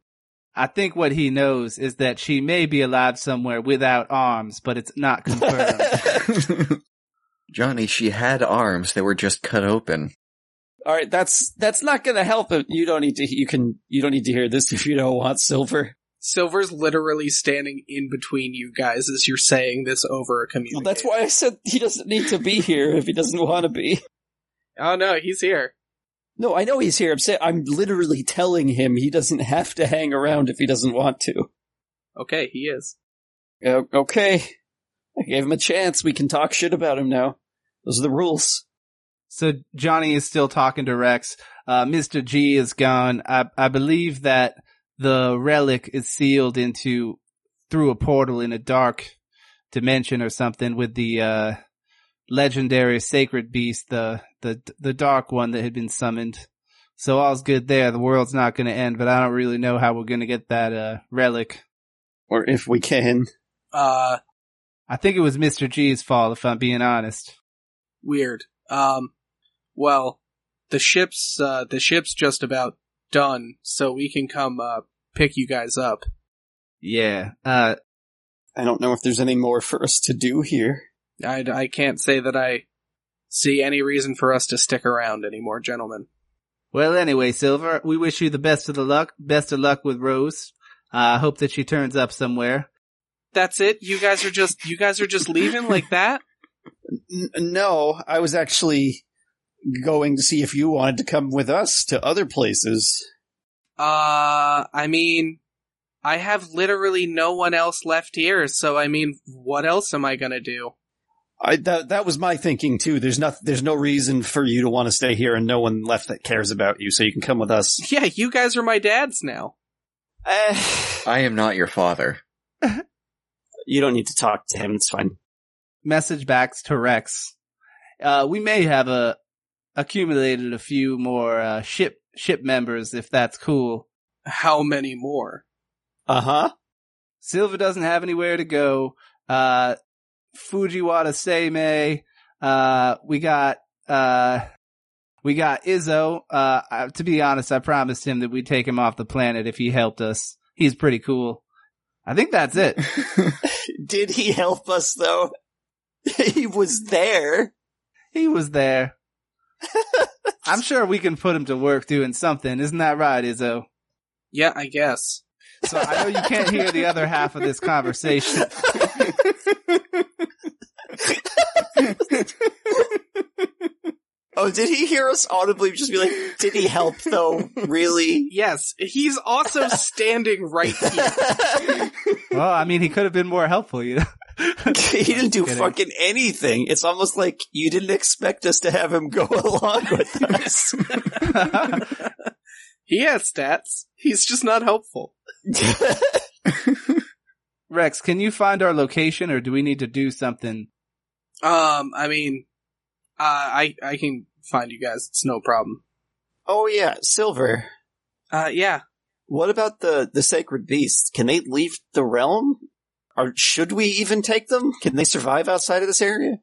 Speaker 2: I think what he knows is that she may be alive somewhere without arms, but it's not confirmed.
Speaker 3: Johnny, she had arms. They were just cut open.
Speaker 4: All right, that's that's not going to help. If you don't need to. You can. You don't need to hear this if you don't want Silver.
Speaker 1: Silver's literally standing in between you guys as you're saying this over a communicator.
Speaker 4: that's why I said he doesn't need to be here if he doesn't want to be.
Speaker 1: Oh no, he's here.
Speaker 4: No, I know he's here. I'm saying I'm literally telling him he doesn't have to hang around if he doesn't want to.
Speaker 1: Okay, he is.
Speaker 4: Uh, okay, I gave him a chance. We can talk shit about him now. Those are the rules.
Speaker 2: So Johnny is still talking to Rex. Uh, Mr. G is gone. I, I believe that the relic is sealed into through a portal in a dark dimension or something with the, uh, legendary sacred beast, the, the, the dark one that had been summoned. So all's good there. The world's not going to end, but I don't really know how we're going to get that, uh, relic.
Speaker 4: Or if we can.
Speaker 1: Uh,
Speaker 2: I think it was Mr. G's fault, if I'm being honest.
Speaker 1: weird. Um, well, the ship's uh, the ship's just about done, so we can come uh, pick you guys up.
Speaker 2: Yeah. Uh,
Speaker 4: I don't know if there's any more for us to do here.
Speaker 1: I I can't say that I see any reason for us to stick around anymore, gentlemen.
Speaker 2: Well, anyway, Silver, we wish you the best of the luck, best of luck with Rose. I uh, hope that she turns up somewhere.
Speaker 1: That's it. You guys are just you guys are just leaving like that.
Speaker 4: N- no, I was actually going to see if you wanted to come with us to other places.
Speaker 1: Uh, I mean, I have literally no one else left here, so I mean, what else am I gonna do?
Speaker 4: I that that was my thinking too. There's not there's no reason for you to want to stay here, and no one left that cares about you, so you can come with us.
Speaker 1: Yeah, you guys are my dads now.
Speaker 3: I am not your father.
Speaker 4: you don't need to talk to him. It's fine.
Speaker 2: Message back to Rex. Uh, we may have a, accumulated a few more, uh, ship, ship members if that's cool.
Speaker 1: How many more?
Speaker 4: Uh huh.
Speaker 2: Silver doesn't have anywhere to go. Uh, Fujiwara Seimei. Uh, we got, uh, we got Izzo. Uh, I, to be honest, I promised him that we'd take him off the planet if he helped us. He's pretty cool. I think that's it.
Speaker 4: Did he help us though? he was there.
Speaker 2: he was there. I'm sure we can put him to work doing something. Isn't that right, Izzo?
Speaker 1: Yeah, I guess.
Speaker 2: So I know you can't hear the other half of this conversation.
Speaker 6: Oh, did he hear us audibly just be like, did he help though? really?
Speaker 1: Yes, he's also standing right here.
Speaker 2: Well, I mean, he could have been more helpful, you know?
Speaker 6: he didn't do
Speaker 2: Kidding.
Speaker 6: fucking anything. It's almost like you didn't expect us to have him go along with us.
Speaker 1: He has stats. He's just not helpful.
Speaker 2: Rex, can you find our location or do we need to do something?
Speaker 1: Um, I mean, uh, I I can find you guys. It's no problem.
Speaker 6: oh yeah, Silver.
Speaker 1: Uh, yeah.
Speaker 6: What about the the sacred beast? Can they leave the realm?
Speaker 4: Are, should we even take them? Can they survive outside of this area?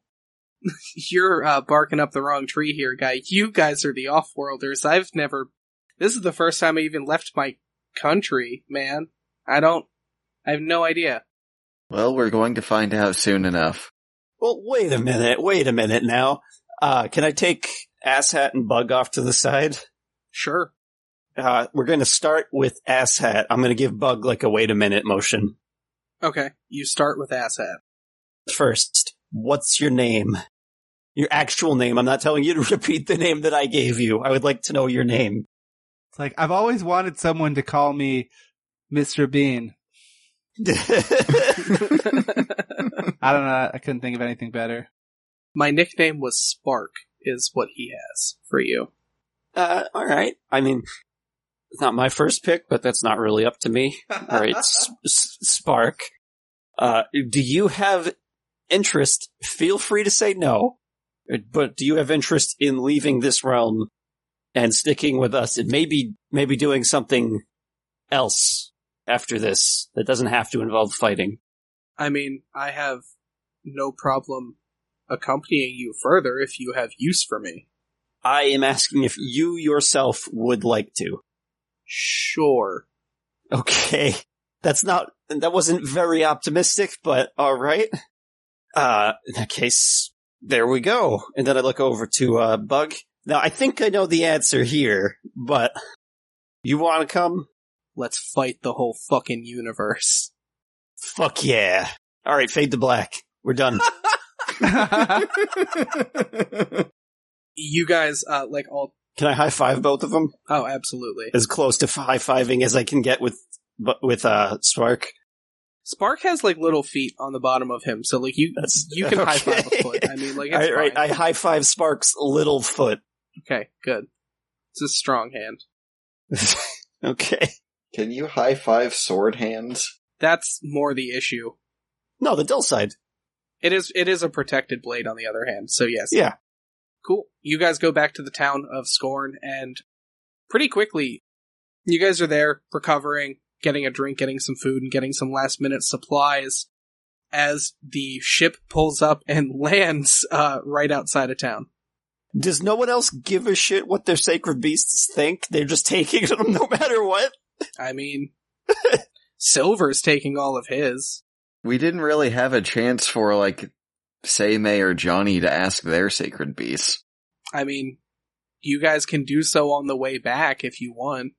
Speaker 1: You're uh, barking up the wrong tree here, guy. You guys are the off-worlders. I've never. This is the first time I even left my country, man. I don't. I have no idea.
Speaker 3: Well, we're going to find out soon enough.
Speaker 4: Well, wait a minute. Wait a minute now. Uh, can I take Asshat and Bug off to the side?
Speaker 1: Sure.
Speaker 4: Uh, we're going to start with Asshat. I'm going to give Bug like a wait a minute motion
Speaker 1: Okay. You start with asshat.
Speaker 4: first. What's your name? Your actual name. I'm not telling you to repeat the name that I gave you. I would like to know your name.
Speaker 2: It's like I've always wanted someone to call me Mr. Bean. I don't know. I couldn't think of anything better.
Speaker 1: My nickname was Spark, is what he has for you.
Speaker 4: uh, all right. I mean, it's not my first pick, but that's not really up to me. All right, S- S- Spark. Uh, do you have interest? Feel free to say no, but do you have interest in leaving this realm and sticking with us and maybe, maybe doing something else after this that doesn't have to involve fighting?
Speaker 1: I mean, I have no problem accompanying you further if you have use for me.
Speaker 4: I am asking if you yourself would like to.
Speaker 1: Sure.
Speaker 4: Okay. That's not, that wasn't very optimistic, but alright. Uh, in that case, there we go. And then I look over to, uh, Bug. Now, I think I know the answer here, but you wanna come?
Speaker 1: Let's fight the whole fucking universe.
Speaker 4: Fuck yeah. Alright, fade to black. We're done.
Speaker 1: You guys, uh, like all.
Speaker 4: Can I high five both of them?
Speaker 1: Oh, absolutely.
Speaker 4: As close to high fiving as I can get with, but with, uh, Spark.
Speaker 1: Spark has like little feet on the bottom of him, so like you,
Speaker 4: That's,
Speaker 1: you can high five a
Speaker 4: okay.
Speaker 1: foot. I mean, like it's
Speaker 4: Alright,
Speaker 1: fine.
Speaker 4: right. I high five Spark's little foot.
Speaker 1: Okay, good. It's a strong hand.
Speaker 4: okay.
Speaker 5: Can you high five sword hands?
Speaker 1: That's more the issue.
Speaker 4: No, the dull side.
Speaker 1: It is. It is a protected blade, on the other hand. So yes.
Speaker 4: Yeah.
Speaker 1: Cool. You guys go back to the town of Scorn, and pretty quickly, you guys are there recovering, getting a drink, getting some food, and getting some last minute supplies. As the ship pulls up and lands uh, right outside of town.
Speaker 4: Does no one else give a shit what their sacred beasts think? They're just taking them no matter what.
Speaker 1: I mean, Silver's taking all of his.
Speaker 3: We didn't really have a chance for, like, say May or Johnny to ask their sacred beasts.
Speaker 1: I mean, you guys can do so on the way back if you want,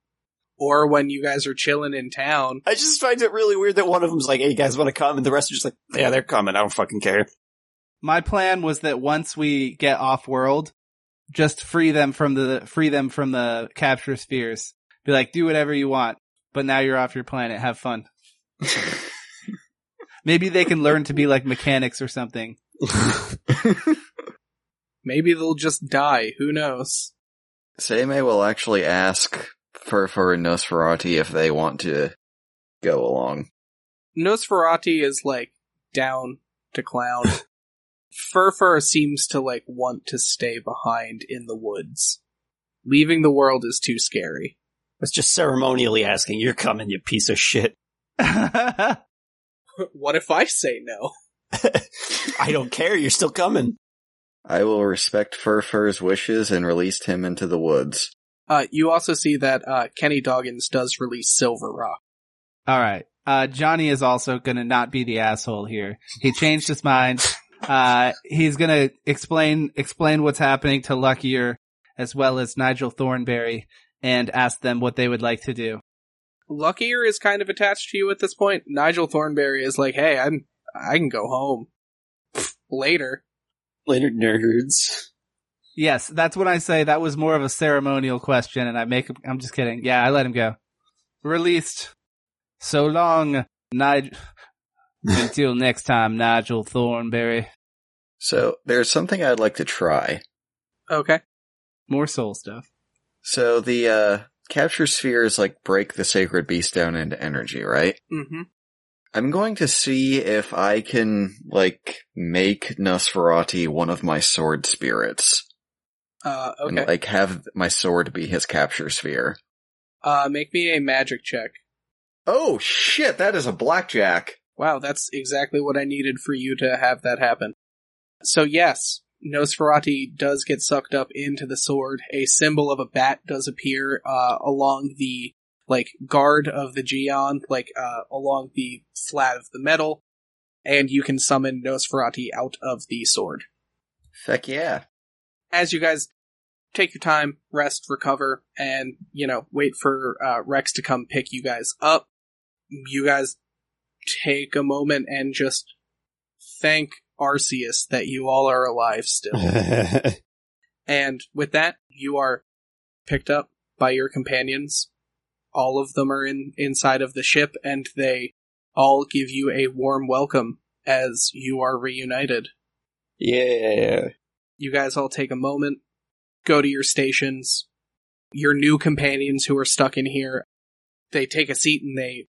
Speaker 1: or when you guys are chilling in town.
Speaker 4: I just find it really weird that one of them's like, "Hey, you guys, want to come?" and the rest are just like, "Yeah, they're coming. I don't fucking care."
Speaker 2: My plan was that once we get off world, just free them from the free them from the capture spheres. Be like, do whatever you want, but now you're off your planet. Have fun. Maybe they can learn to be like mechanics or something.
Speaker 1: Maybe they'll just die. Who knows?
Speaker 3: Say May will actually ask Furfur and Nosferati if they want to go along.
Speaker 1: Nosferati is like down to clown. Furfur seems to like want to stay behind in the woods. Leaving the world is too scary.
Speaker 4: It's just ceremonially asking, "You're coming, you piece of shit."
Speaker 2: I
Speaker 1: what if I say no?
Speaker 4: I don't care. You're still coming.
Speaker 3: I will respect Furfur's wishes and released him into the woods.
Speaker 1: Uh, you also see that uh, Kenny Doggins does release Silver Rock.
Speaker 2: All right. Uh, Johnny is also going to not be the asshole here. He changed his mind. Uh, he's going to explain, explain what's happening to Luckier as well as Nigel Thornberry and ask them what they would like to do.
Speaker 1: Luckier is kind of attached to you at this point. Nigel Thornberry is like, "Hey, I'm I can go home Pfft, later."
Speaker 4: Later, nerds.
Speaker 2: Yes. That's what I say. That was more of a ceremonial question. And I make, I'm just kidding. Yeah. I let him go. Released. So long, Nigel. Until next time, Nigel Thornberry.
Speaker 3: So, there's something I'd like to try.
Speaker 1: Okay.
Speaker 2: More soul stuff.
Speaker 3: So, the, uh, capture spheres, like, break the sacred beast down into energy, right?
Speaker 1: Mm-hmm.
Speaker 3: I'm going to see if I can, like, make Nosferati one of my sword spirits.
Speaker 1: Uh, okay.
Speaker 3: And, like, have my sword be his capture sphere.
Speaker 1: Uh, make me a magic check.
Speaker 3: Oh shit, that is a blackjack.
Speaker 1: Wow, that's exactly what I needed for you to have that happen. So yes, Nosferatu does get sucked up into the sword. A symbol of a bat does appear uh, along the like guard of the Geon, like uh, along the flat of the metal, and you can summon Nosferatu out of the sword.
Speaker 3: Fuck yeah.
Speaker 1: As you guys take your time, rest, recover, and you know wait for uh, Rex to come pick you guys up. You guys take a moment and just thank Arceus that you all are alive still. and with that, you are picked up by your companions. All of them are in inside of the ship, and they all give you a warm welcome as you are reunited.
Speaker 6: Yeah.
Speaker 1: You guys all take a moment, go to your stations. Your new companions who are stuck in here, they take a seat and they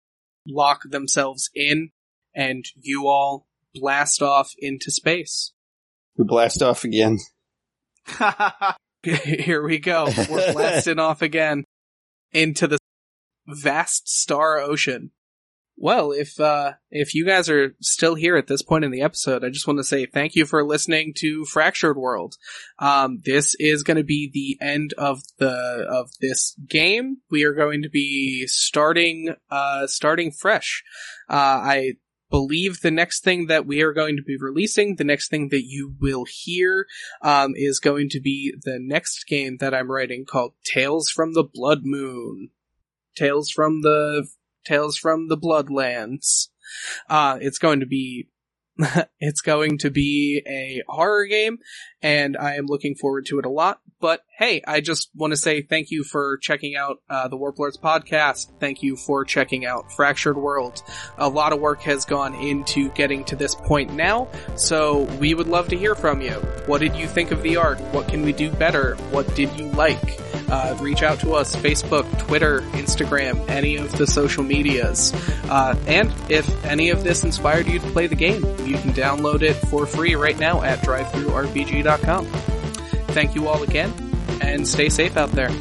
Speaker 1: lock themselves in, and you all blast off into space.
Speaker 4: We blast off again.
Speaker 1: Here we go. We're blasting off again into the vast star ocean. Well, if uh, if you guys are still here at this point in the episode, I just want to say thank you for listening to Fractured World. Um, this is going to be the end of the of this game. We are going to be starting uh, starting fresh. Uh, I believe the next thing that we are going to be releasing, the next thing that you will hear, um, is going to be the next game that I'm writing called Tales from the Blood Moon. Tales from the Tales from the Bloodlands. Uh, it's going to be it's going to be a horror game and I am looking forward to it a lot. But hey, I just want to say thank you for checking out uh, the Warp Lords podcast. Thank you for checking out Fractured World. A lot of work has gone into getting to this point now, so we would love to hear from you. What did you think of the arc? What can we do better? What did you like? Uh, reach out to us Facebook, Twitter, Instagram, any of the social medias. Uh, and if any of this inspired you to play the game, you can download it for free right now at drivethroughrpg.com. Thank you all again, and stay safe out there.